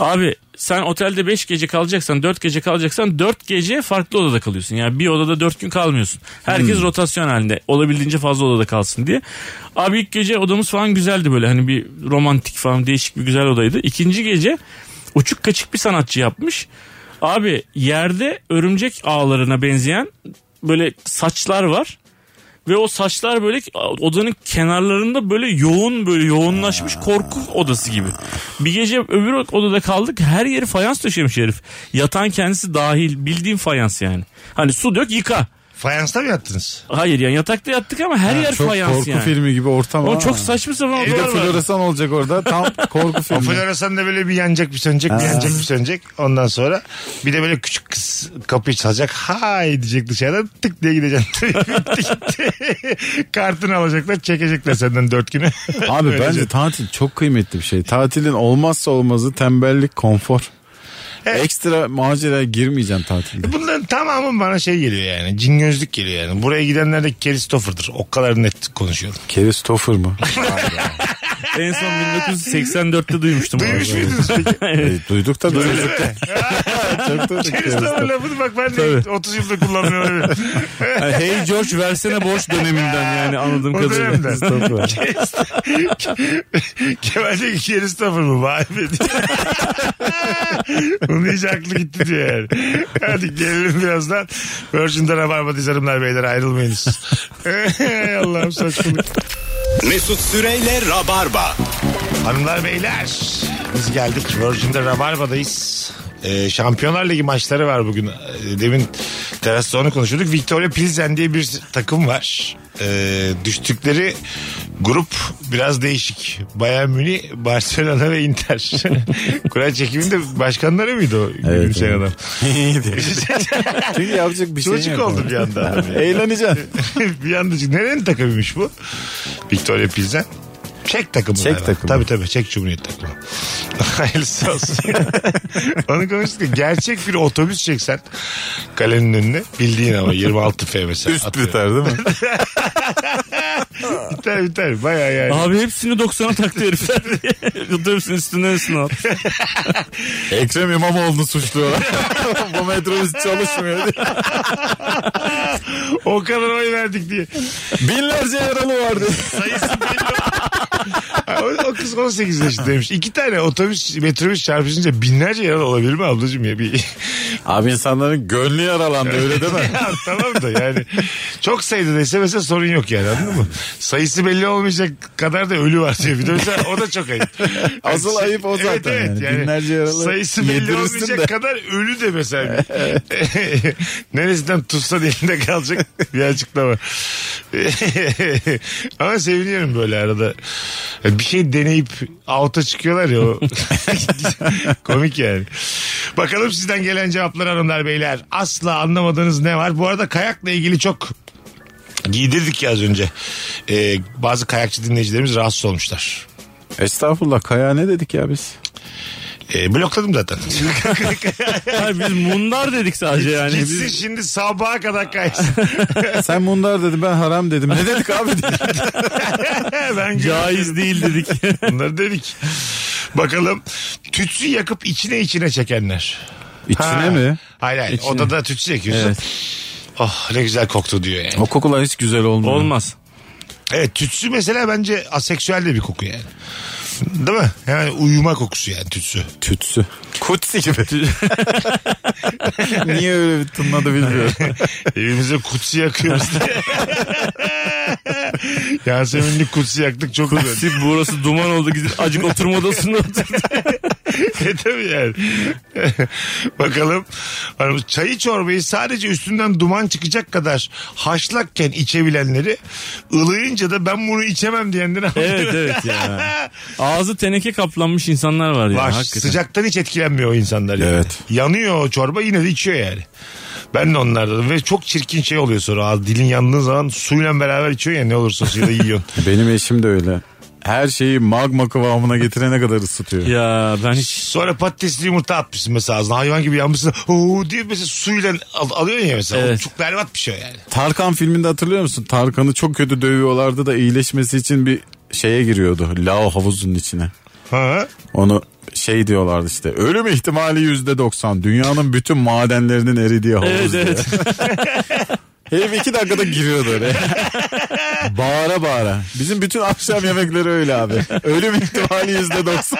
Speaker 5: Abi sen otelde 5 gece kalacaksan 4 gece kalacaksan 4 gece farklı odada kalıyorsun. Yani bir odada 4 gün kalmıyorsun. Herkes rotasyon halinde olabildiğince fazla odada kalsın diye. Abi ilk gece odamız falan güzeldi böyle hani bir romantik falan değişik bir güzel odaydı. İkinci gece uçuk kaçık bir sanatçı yapmış. Abi yerde örümcek ağlarına benzeyen böyle saçlar var. Ve o saçlar böyle odanın kenarlarında böyle yoğun böyle yoğunlaşmış korku odası gibi. Bir gece öbür odada kaldık her yeri fayans döşemiş herif. Yatan kendisi dahil bildiğin fayans yani. Hani su dök yıka.
Speaker 3: Fayansta mı yattınız?
Speaker 5: Hayır yani yatakta yattık ama her yer
Speaker 4: Çok
Speaker 5: fayans
Speaker 4: korku
Speaker 5: yani.
Speaker 4: filmi gibi ortam.
Speaker 5: Ama
Speaker 4: ha.
Speaker 5: çok saçma sapan
Speaker 4: Bir de
Speaker 5: odalar var.
Speaker 4: floresan olacak orada. Tam korku
Speaker 3: O
Speaker 4: filmi.
Speaker 3: floresan da böyle bir yanacak bir sönecek bir yanacak bir sönecek. Ondan sonra bir de böyle küçük kız kapıyı çalacak. Hay diyecek dışarıdan tık diye gideceksin. Kartını alacaklar çekecekler senden dört günü.
Speaker 4: Abi
Speaker 3: Öylece.
Speaker 4: bence tatil çok kıymetli bir şey. Tatilin olmazsa olmazı tembellik, konfor.
Speaker 3: Evet.
Speaker 4: Ekstra maceraya girmeyeceksin tatilde.
Speaker 3: Bunların tamamı bana şey geliyor yani. Cin gözlük geliyor yani. Buraya gidenler de Keristoffer'dır. O kadar net konuşuyorum.
Speaker 4: Keristoffer mı?
Speaker 5: En son 1984'te duymuştum.
Speaker 3: Duymuş
Speaker 5: orada.
Speaker 3: muydunuz peki?
Speaker 4: E, duyduk da
Speaker 3: Öyle
Speaker 4: duyduk.
Speaker 3: mi?
Speaker 4: Çok duyduk
Speaker 3: Keristoffer
Speaker 4: Keristoffer.
Speaker 3: lafını bak ben de 30 yıldır kullanmıyorum.
Speaker 5: Yani hey George versene borç döneminden yani anladığım
Speaker 3: O
Speaker 5: kadarıyla.
Speaker 3: dönemden.
Speaker 4: Keristoffer.
Speaker 3: Kemal'deki Keristoffer mı? Vay be. Bunun iyice aklı gitti diyor yani. Hadi gelelim birazdan. Virgin'de Rabarba'dayız hanımlar beyler ayrılmayınız. Allah'ım saçmalık.
Speaker 2: Mesut Süreyle Rabarba.
Speaker 3: Hanımlar beyler biz geldik Virgin'de Rabarba'dayız. Ee, Şampiyonlar Ligi maçları var bugün. Ee, Demin terasta onu konuşuyorduk. Victoria Pilsen diye bir takım var. Ee, düştükleri grup biraz değişik. Bayern Münih, Barcelona ve Inter. Kura çekiminde başkanları mıydı o gülümseyen adam?
Speaker 4: Çünkü yapacak bir şey yok.
Speaker 3: Çocuk oldu bir anda adam ya.
Speaker 4: Eğleneceksin.
Speaker 3: bir anda nerenin takımıymış bu? Victoria Pilsen. Çek takımı.
Speaker 4: Çek
Speaker 3: galiba.
Speaker 4: takımı.
Speaker 3: Tabii tabii Çek Cumhuriyet takımı. Hayırlısı olsun. Onu konuştuk. ya, Gerçek bir otobüs çeksen kalenin önüne bildiğin ama 26 F mesela.
Speaker 4: Üst
Speaker 3: atıyor.
Speaker 4: biter değil mi?
Speaker 3: Biter biter baya yani.
Speaker 5: Abi hepsini 90'a taktı herifler. Otobüsün üstünden üstüne al.
Speaker 4: Ekrem İmamoğlu'nu suçluyorlar. Bu metrobüs çalışmıyor. diye.
Speaker 3: O kadar oy verdik diye.
Speaker 4: Binlerce yaralı vardı.
Speaker 3: Sayısı belli. o, o kız 18 yaşındaymış. İki tane otobüs metrobüs çarpışınca binlerce yaralı olabilir mi ablacığım ya? Bir...
Speaker 4: Abi insanların gönlü yaralandı öyle değil mi?
Speaker 3: Ya tamam da yani çok sayıda dese mesela sorun yok yani anladın mı? Sayısı belli olmayacak kadar da ölü var diye. Bir de mesela o da çok ayıp.
Speaker 4: Asıl ayıp o
Speaker 3: şey- Evet,
Speaker 4: zaten
Speaker 3: evet,
Speaker 4: yani. Binlerce yaralı
Speaker 3: Sayısı belli
Speaker 4: yedirirsin
Speaker 3: olmayacak
Speaker 4: de.
Speaker 3: kadar ölü de mesela. bir- Neresinden tutsan elinde kalacak bir açıklama. Ama seviniyorum böyle arada. Bir şey deneyip alta çıkıyorlar ya o. Komik yani. Bakalım sizden gelen cevaplar hanımlar beyler. Asla anlamadığınız ne var? Bu arada kayakla ilgili çok giydirdik ya az önce. Ee, bazı kayakçı dinleyicilerimiz rahatsız olmuşlar.
Speaker 4: Estağfurullah kaya ne dedik ya biz?
Speaker 3: Ee, blokladım zaten.
Speaker 5: Hayır, biz mundar dedik sadece yani.
Speaker 3: Gitsin
Speaker 5: Biz,
Speaker 3: şimdi sabaha kadar kaysın.
Speaker 4: Sen mundar dedin ben haram dedim. Ne dedik abi?
Speaker 3: ben
Speaker 5: caiz değil dedik.
Speaker 3: Bunları dedik. Bakalım tütsü yakıp içine içine çekenler.
Speaker 4: İçine
Speaker 3: Ha.
Speaker 4: mi?
Speaker 3: Hayır hayır
Speaker 4: İçine.
Speaker 3: odada tütsü yakıyorsun.
Speaker 4: Evet.
Speaker 3: Oh ne güzel koktu diyor yani.
Speaker 4: O kokular hiç güzel olmuyor.
Speaker 5: Olmaz.
Speaker 3: Evet tütsü mesela bence aseksüel de bir koku yani. Değil mi? Yani uyuma kokusu yani tütsü.
Speaker 4: Tütsü. Kutsi gibi. Niye öyle bir tınladı bilmiyorum.
Speaker 3: Evimize kutsu yakıyoruz diye. Yasemin'lik kutsu yaktık çok güzel.
Speaker 5: Siz burası duman oldu. Gidip acık oturma odasında otur.
Speaker 3: E tabii yani. Bakalım. Hanım, Çayı çorbayı sadece üstünden duman çıkacak kadar haşlakken içebilenleri ılıyınca da ben bunu içemem diyenlere
Speaker 5: Evet evet ya. Ağzı teneke kaplanmış insanlar var ya.
Speaker 3: var.
Speaker 5: Hakikaten.
Speaker 3: Sıcaktan hiç etkilenmiyor o insanlar. Yani.
Speaker 4: Evet.
Speaker 3: Yanıyor o çorba yine de içiyor yani. Ben de onlardan ve çok çirkin şey oluyor sonra Ağız- dilin yandığı zaman suyla beraber içiyor ya ne olursa suyla yiyorsun.
Speaker 4: Benim eşim de öyle. Her şeyi magma kıvamına getirene kadar ısıtıyor.
Speaker 5: Ya ben hiç
Speaker 3: Sonra patatesli yumurta atmışsın mesela ağzına hayvan gibi yanmışsın. Huu diye mesela suyla al- alıyorsun ya mesela. O
Speaker 5: Evet.
Speaker 3: Çok berbat bir şey yani.
Speaker 4: Tarkan filminde hatırlıyor musun? Tarkan'ı çok kötü dövüyorlardı da iyileşmesi için bir şeye giriyordu. Lao havuzunun içine.
Speaker 3: Ha?
Speaker 4: Onu şey diyorlardı işte ölüm ihtimali yüzde doksan dünyanın bütün madenlerinin eridiği havuz
Speaker 5: Evet,
Speaker 4: diye.
Speaker 5: evet.
Speaker 4: Herif iki dakikada giriyordu öyle. bağıra bağıra. Bizim bütün akşam yemekleri öyle abi. Ölüm ihtimali yüzde doksan.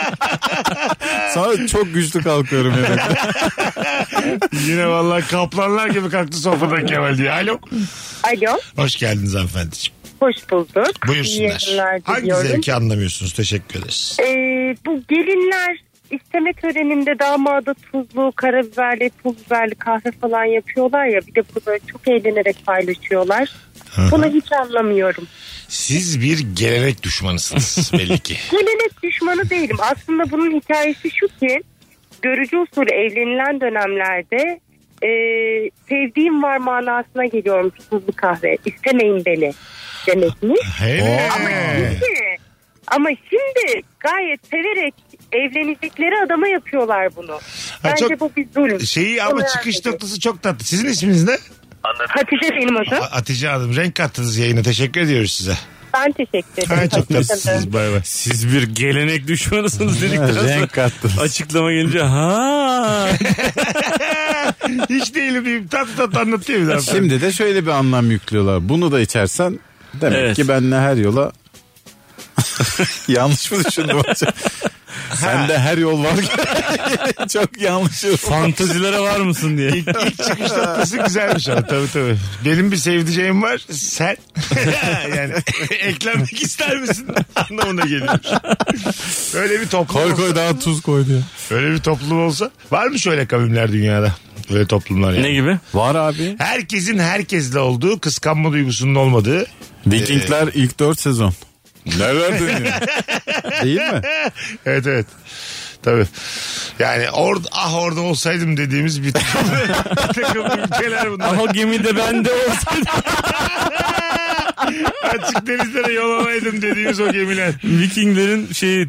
Speaker 4: Sonra çok güçlü kalkıyorum yemekten.
Speaker 3: Yine vallahi kaplanlar gibi kalktı sofradan Kemal diye. Alo.
Speaker 9: Alo,
Speaker 3: Hoş geldiniz hanımefendiciğim.
Speaker 9: hoş bulduk.
Speaker 3: Buyursunlar.
Speaker 9: İyi yayınlar
Speaker 3: Hangi
Speaker 9: diliyorum.
Speaker 3: zevki anlamıyorsunuz? Teşekkür ederiz.
Speaker 9: Ee, bu gelinler isteme töreninde damada tuzlu, karabiberli, pul biberli kahve falan yapıyorlar ya. Bir de bunu böyle çok eğlenerek paylaşıyorlar. Bunu hiç anlamıyorum.
Speaker 3: Siz bir gelenek düşmanısınız belli ki.
Speaker 9: Gelenek düşmanı değilim. Aslında bunun hikayesi şu ki görücü usulü evlenilen dönemlerde e, sevdiğim var manasına geliyormuş tuzlu kahve. İstemeyin beni demekmiş.
Speaker 3: He.
Speaker 9: Şimdi- Ama şimdi gayet severek evlenecekleri adama yapıyorlar bunu. Bence
Speaker 3: çok-
Speaker 9: bu bir zulüm.
Speaker 3: Şeyi ama
Speaker 9: Bunu
Speaker 3: çıkış
Speaker 9: herkes-
Speaker 3: noktası çok tatlı. Sizin isminiz ne?
Speaker 9: Hatice benim adım.
Speaker 3: A- Hatice Hanım. Renk kattınız yayına. Teşekkür ediyoruz size.
Speaker 9: Ben teşekkür ederim.
Speaker 3: Ha, çok
Speaker 9: Hoşçakalın.
Speaker 3: tatlısınız. Bay bay.
Speaker 5: siz bir gelenek düşmanısınız dedikten sonra
Speaker 4: Renk kattı.
Speaker 5: açıklama gelince ha
Speaker 3: Hiç değilim diyeyim. Tatlı tatlı anlatıyor bir daha.
Speaker 4: Şimdi de şöyle bir anlam yüklüyorlar. Bunu da içersen demek
Speaker 5: Evet.
Speaker 4: ki benle her yola yanlış mı düşündüm acaba? Sende her yol var. Çok yanlış.
Speaker 5: Fantazilere var mısın diye.
Speaker 3: İlk çıkış noktası güzelmiş ama tabii tabii. Benim bir sevdiceğim var. Sen yani eklenmek ister misin anlamına geliyor. Öyle bir toplum
Speaker 4: Koy
Speaker 3: olsa,
Speaker 4: koy daha tuz koy diyor.
Speaker 3: öyle bir toplum olsa var mı şöyle kavimler dünyada? Öyle toplumlar yani.
Speaker 5: ne gibi?
Speaker 4: Var abi.
Speaker 3: Herkesin herkesle olduğu kıskanma duygusunun olmadığı.
Speaker 4: Vikingler ilk 4 sezon. Neler dönüyor? Değil mi?
Speaker 3: evet evet. Tabii. Yani orada ah orada olsaydım dediğimiz bir takım, bir takım ülkeler bunlar.
Speaker 5: Ama gemide ben de olsaydım.
Speaker 3: Açık denizlere yol alaydım dediğimiz o gemiler.
Speaker 5: Vikinglerin şey e,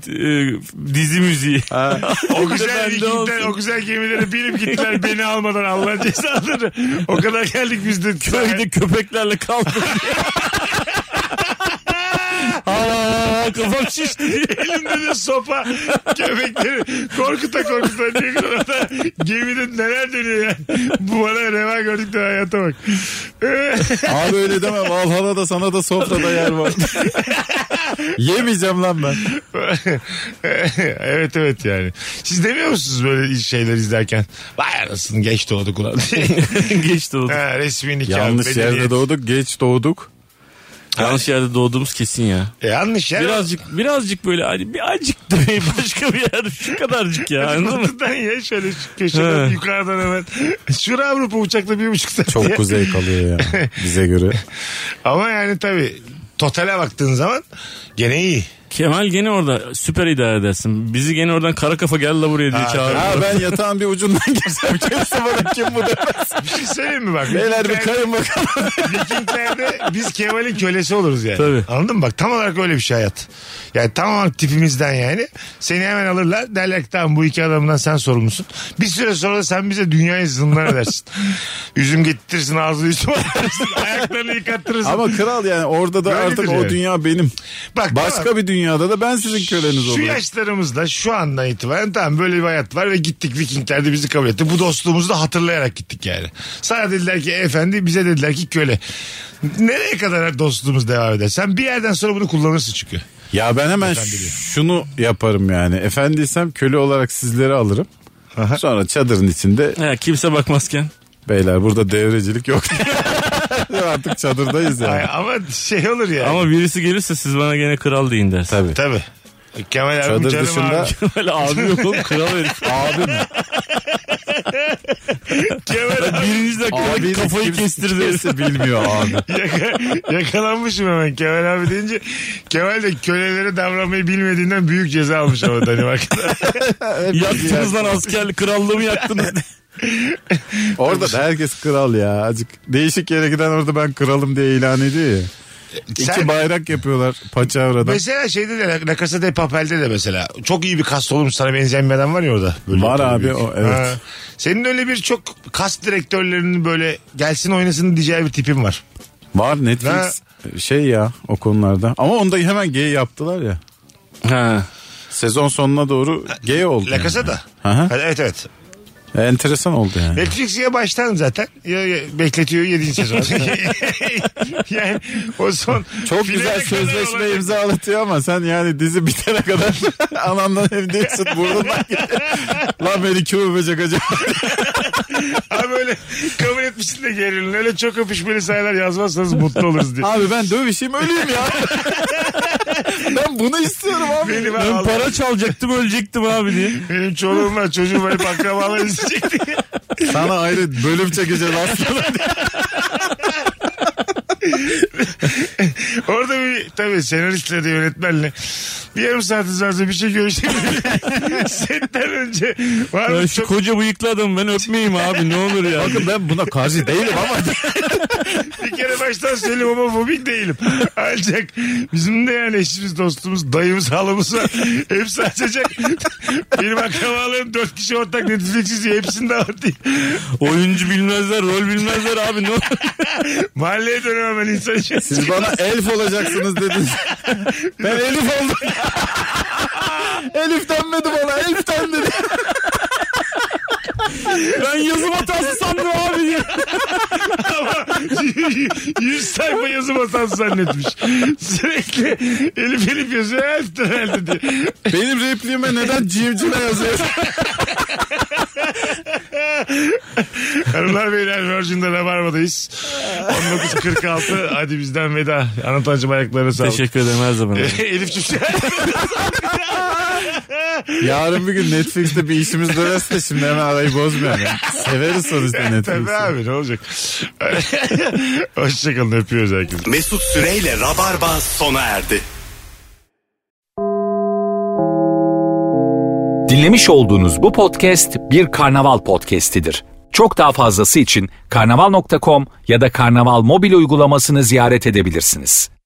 Speaker 5: dizi müziği.
Speaker 3: O
Speaker 5: Ben
Speaker 3: güzel
Speaker 5: de
Speaker 3: vikingler,
Speaker 5: olsun.
Speaker 3: o güzel gemilere binip gittiler beni almadan Allah'ın cezaları. O kadar geldik biz de köyde.
Speaker 5: Köyde köpeklerle kaldım. Aa, kafam şişti diye.
Speaker 3: Elinde de sopa köpekleri korkuta korkuta ne kadar orada gemide neler dönüyor yani. Bu bana reva gördük de hayata bak.
Speaker 4: Abi öyle deme. Valhalla da sana da sofrada yer var. Yemeyeceğim lan ben.
Speaker 3: evet evet yani. Siz demiyor musunuz böyle şeyler izlerken? Vay anasını geç doğduk ulan diye.
Speaker 5: Geçti oldu.
Speaker 3: ha, resmi nikah.
Speaker 4: Yanlış yerde
Speaker 3: medeniyet.
Speaker 4: doğduk, geç doğduk.
Speaker 5: Yanlış yerde doğduğumuz kesin ya.
Speaker 3: E, yanlış yer.
Speaker 5: Birazcık birazcık böyle hani bir acık değil başka bir yer şu kadarcık ya anladın mı?
Speaker 3: Altından ya şöyle şu köşeden
Speaker 5: He.
Speaker 3: yukarıdan hemen. Şura Avrupa uçakla bir buçuk saat.
Speaker 4: Çok
Speaker 3: ya.
Speaker 4: kuzey kalıyor ya bize göre.
Speaker 3: Ama yani tabii totale baktığın zaman gene iyi.
Speaker 5: Kemal gene orada süper idare edersin. Bizi gene oradan kara kafa gel la buraya diye
Speaker 3: Ha,
Speaker 5: çağırıyor.
Speaker 4: Ha ben yatağın bir ucundan girsem kimse bana kim bu demez.
Speaker 3: Bir şey söyleyeyim mi bak?
Speaker 4: Beyler bir
Speaker 3: Vikinglerde-
Speaker 4: kayın bakalım.
Speaker 3: Vikinglerde biz Kemal'in kölesi oluruz yani.
Speaker 5: Tabii.
Speaker 3: Anladın mı? Bak tam olarak öyle bir şey hayat. Yani tam olarak tipimizden yani. Seni hemen alırlar. Derler ki tamam bu iki adamdan sen sorumlusun. Bir süre sonra da sen bize dünyayı zindan edersin. Üzüm getirtirsin ağzını üstüme atarsın. Ayaklarını yıkattırırsın.
Speaker 4: Ama kral yani orada da
Speaker 3: Böyledir
Speaker 4: artık
Speaker 3: yani.
Speaker 4: o dünya benim.
Speaker 3: Bak, tamam.
Speaker 4: Başka bir dünyada da ben sizin köleniz
Speaker 3: Şu
Speaker 4: olurum.
Speaker 3: yaşlarımızda şu andan itibaren tamam böyle bir hayat var ve gittik Vikingler de bizi kabul etti. Bu dostluğumuzu da hatırlayarak gittik yani. Sana dediler ki efendi bize dediler ki köle. Nereye kadar dostluğumuz devam eder? Sen bir yerden sonra bunu kullanırsın çünkü.
Speaker 4: Ya ben hemen
Speaker 3: Efendiliği.
Speaker 4: şunu yaparım yani. Efendiysem köle olarak sizleri alırım. Sonra çadırın içinde
Speaker 5: Ha, kimse bakmazken.
Speaker 4: beyler burada devrecilik yok. Artık çadırdayız yani.
Speaker 3: Ay, ama şey olur yani.
Speaker 5: Ama birisi gelirse siz bana gene kral deyin dersin.
Speaker 4: Tabii.
Speaker 3: Tabii. Kemal abim
Speaker 4: Çadır
Speaker 3: canım
Speaker 4: dışında
Speaker 3: abim.
Speaker 5: Böyle abi yok oğlum kral herif.
Speaker 4: abi mi?
Speaker 3: Kemal abi.
Speaker 5: Birinci dakika
Speaker 4: Abi
Speaker 5: kafayı
Speaker 4: kim-
Speaker 5: kestirdi.
Speaker 4: kimse bilmiyor abi.
Speaker 3: Yaka- yakalanmışım hemen Kemal abi deyince Kemal de kölelere davranmayı bilmediğinden büyük ceza almış ama Danimarka'da.
Speaker 5: Yaktınız lan askerlik krallığımı yaktınız.
Speaker 4: Orada da herkes kral ya. Azıcık değişik yere giden orada ben kralım diye ilan ediyor ya. İki
Speaker 3: E, Sen-
Speaker 4: bayrak yapıyorlar paçavradan.
Speaker 3: Mesela şeyde de La Casa de Papel'de de mesela çok iyi bir kast olmuş sana benzeyen bir adam var ya orada. Böyle
Speaker 4: Var
Speaker 3: ortada
Speaker 4: abi, o, evet.
Speaker 3: Senin öyle bir çok kast direktörlerinin böyle gelsin oynasın diyeceği bir tipim var.
Speaker 4: Var Netflix şey ya o konularda. Ama onda hemen gay yaptılar ya.
Speaker 5: ha.
Speaker 4: Sezon sonuna doğru gay oldu.
Speaker 3: La Casa da.
Speaker 4: Hı hı.
Speaker 3: Evet evet.
Speaker 4: E, Enteresan oldu yani.
Speaker 3: Netflix ya baştan zaten ya, ya bekletiyor 7. sezon. yani o son
Speaker 4: Çok
Speaker 3: finale
Speaker 4: güzel
Speaker 3: kadar
Speaker 4: sözleşme
Speaker 3: olan-
Speaker 4: imzalatıyor ama sen yani dizi bitene kadar anamdan evdesin burnundan geliyor. Lan beni kim öpecek acaba?
Speaker 3: Ha böyle kabul etmişsin de gerilin. Öyle çok öpüşmeli sayılar yazmazsanız mutlu oluruz diye.
Speaker 4: Abi ben dövüşeyim öleyim ya. ben bunu istiyorum abi.
Speaker 3: Benim
Speaker 5: Ben
Speaker 3: Allah'ım.
Speaker 5: para çalacaktım ölecektim abi diye.
Speaker 3: Benim çoluğum var çocuğum var hep akrabalar izleyecek diye.
Speaker 4: Sana ayrı bölüm çekeceğiz aslında.
Speaker 3: Orada bir tabii senaristlerle yönetmenle bir yarım saatiniz varsa bir şey görüşelim. Setten önce var
Speaker 5: Ben
Speaker 3: mı
Speaker 5: şu
Speaker 3: çok
Speaker 5: koca bıyıklı adamı ben öpmeyeyim abi ne olur ya.
Speaker 4: Bakın ben buna karşı değilim ama
Speaker 3: bir kere baştan söyleyeyim homofobik değilim. Ancak bizim de yani eşimiz dostumuz dayımız halamız var. Hepsi açacak. Benim akrabalarım dört kişi ortak Netflix izliyor hepsinde var diye.
Speaker 5: Oyuncu bilmezler rol bilmezler abi ne olur.
Speaker 3: Mahalleye dönemem ben insan için.
Speaker 4: siz bana elf olacaksınız dediniz. Ben elif oldum. elif denmedi bana elf dendi.
Speaker 5: Ben yazım hatası sandım abi diye.
Speaker 3: 100 sayfa yazı masası zannetmiş. Sürekli Elif Elif yazıyor. Elif'ten elde diye.
Speaker 4: Benim repliğime neden civcime yazıyorsun?
Speaker 3: Hanımlar beyler Virgin'de Rabarba'dayız. 19.46 hadi bizden veda. Anlatancım ayaklarına sağlık.
Speaker 5: Teşekkür ederim her zaman.
Speaker 3: Elif'ciğim
Speaker 4: Yarın bir gün Netflix'te bir işimiz dönerse de şimdi hemen arayı bozmayalım. Severiz sonuçta
Speaker 3: Tabii
Speaker 4: Netflix'i.
Speaker 3: abi ne olacak? Hoşçakalın öpüyoruz herkese.
Speaker 2: Mesut Süreyle Rabarba sona erdi.
Speaker 1: Dinlemiş olduğunuz bu podcast bir karnaval podcastidir. Çok daha fazlası için karnaval.com ya da karnaval mobil uygulamasını ziyaret edebilirsiniz.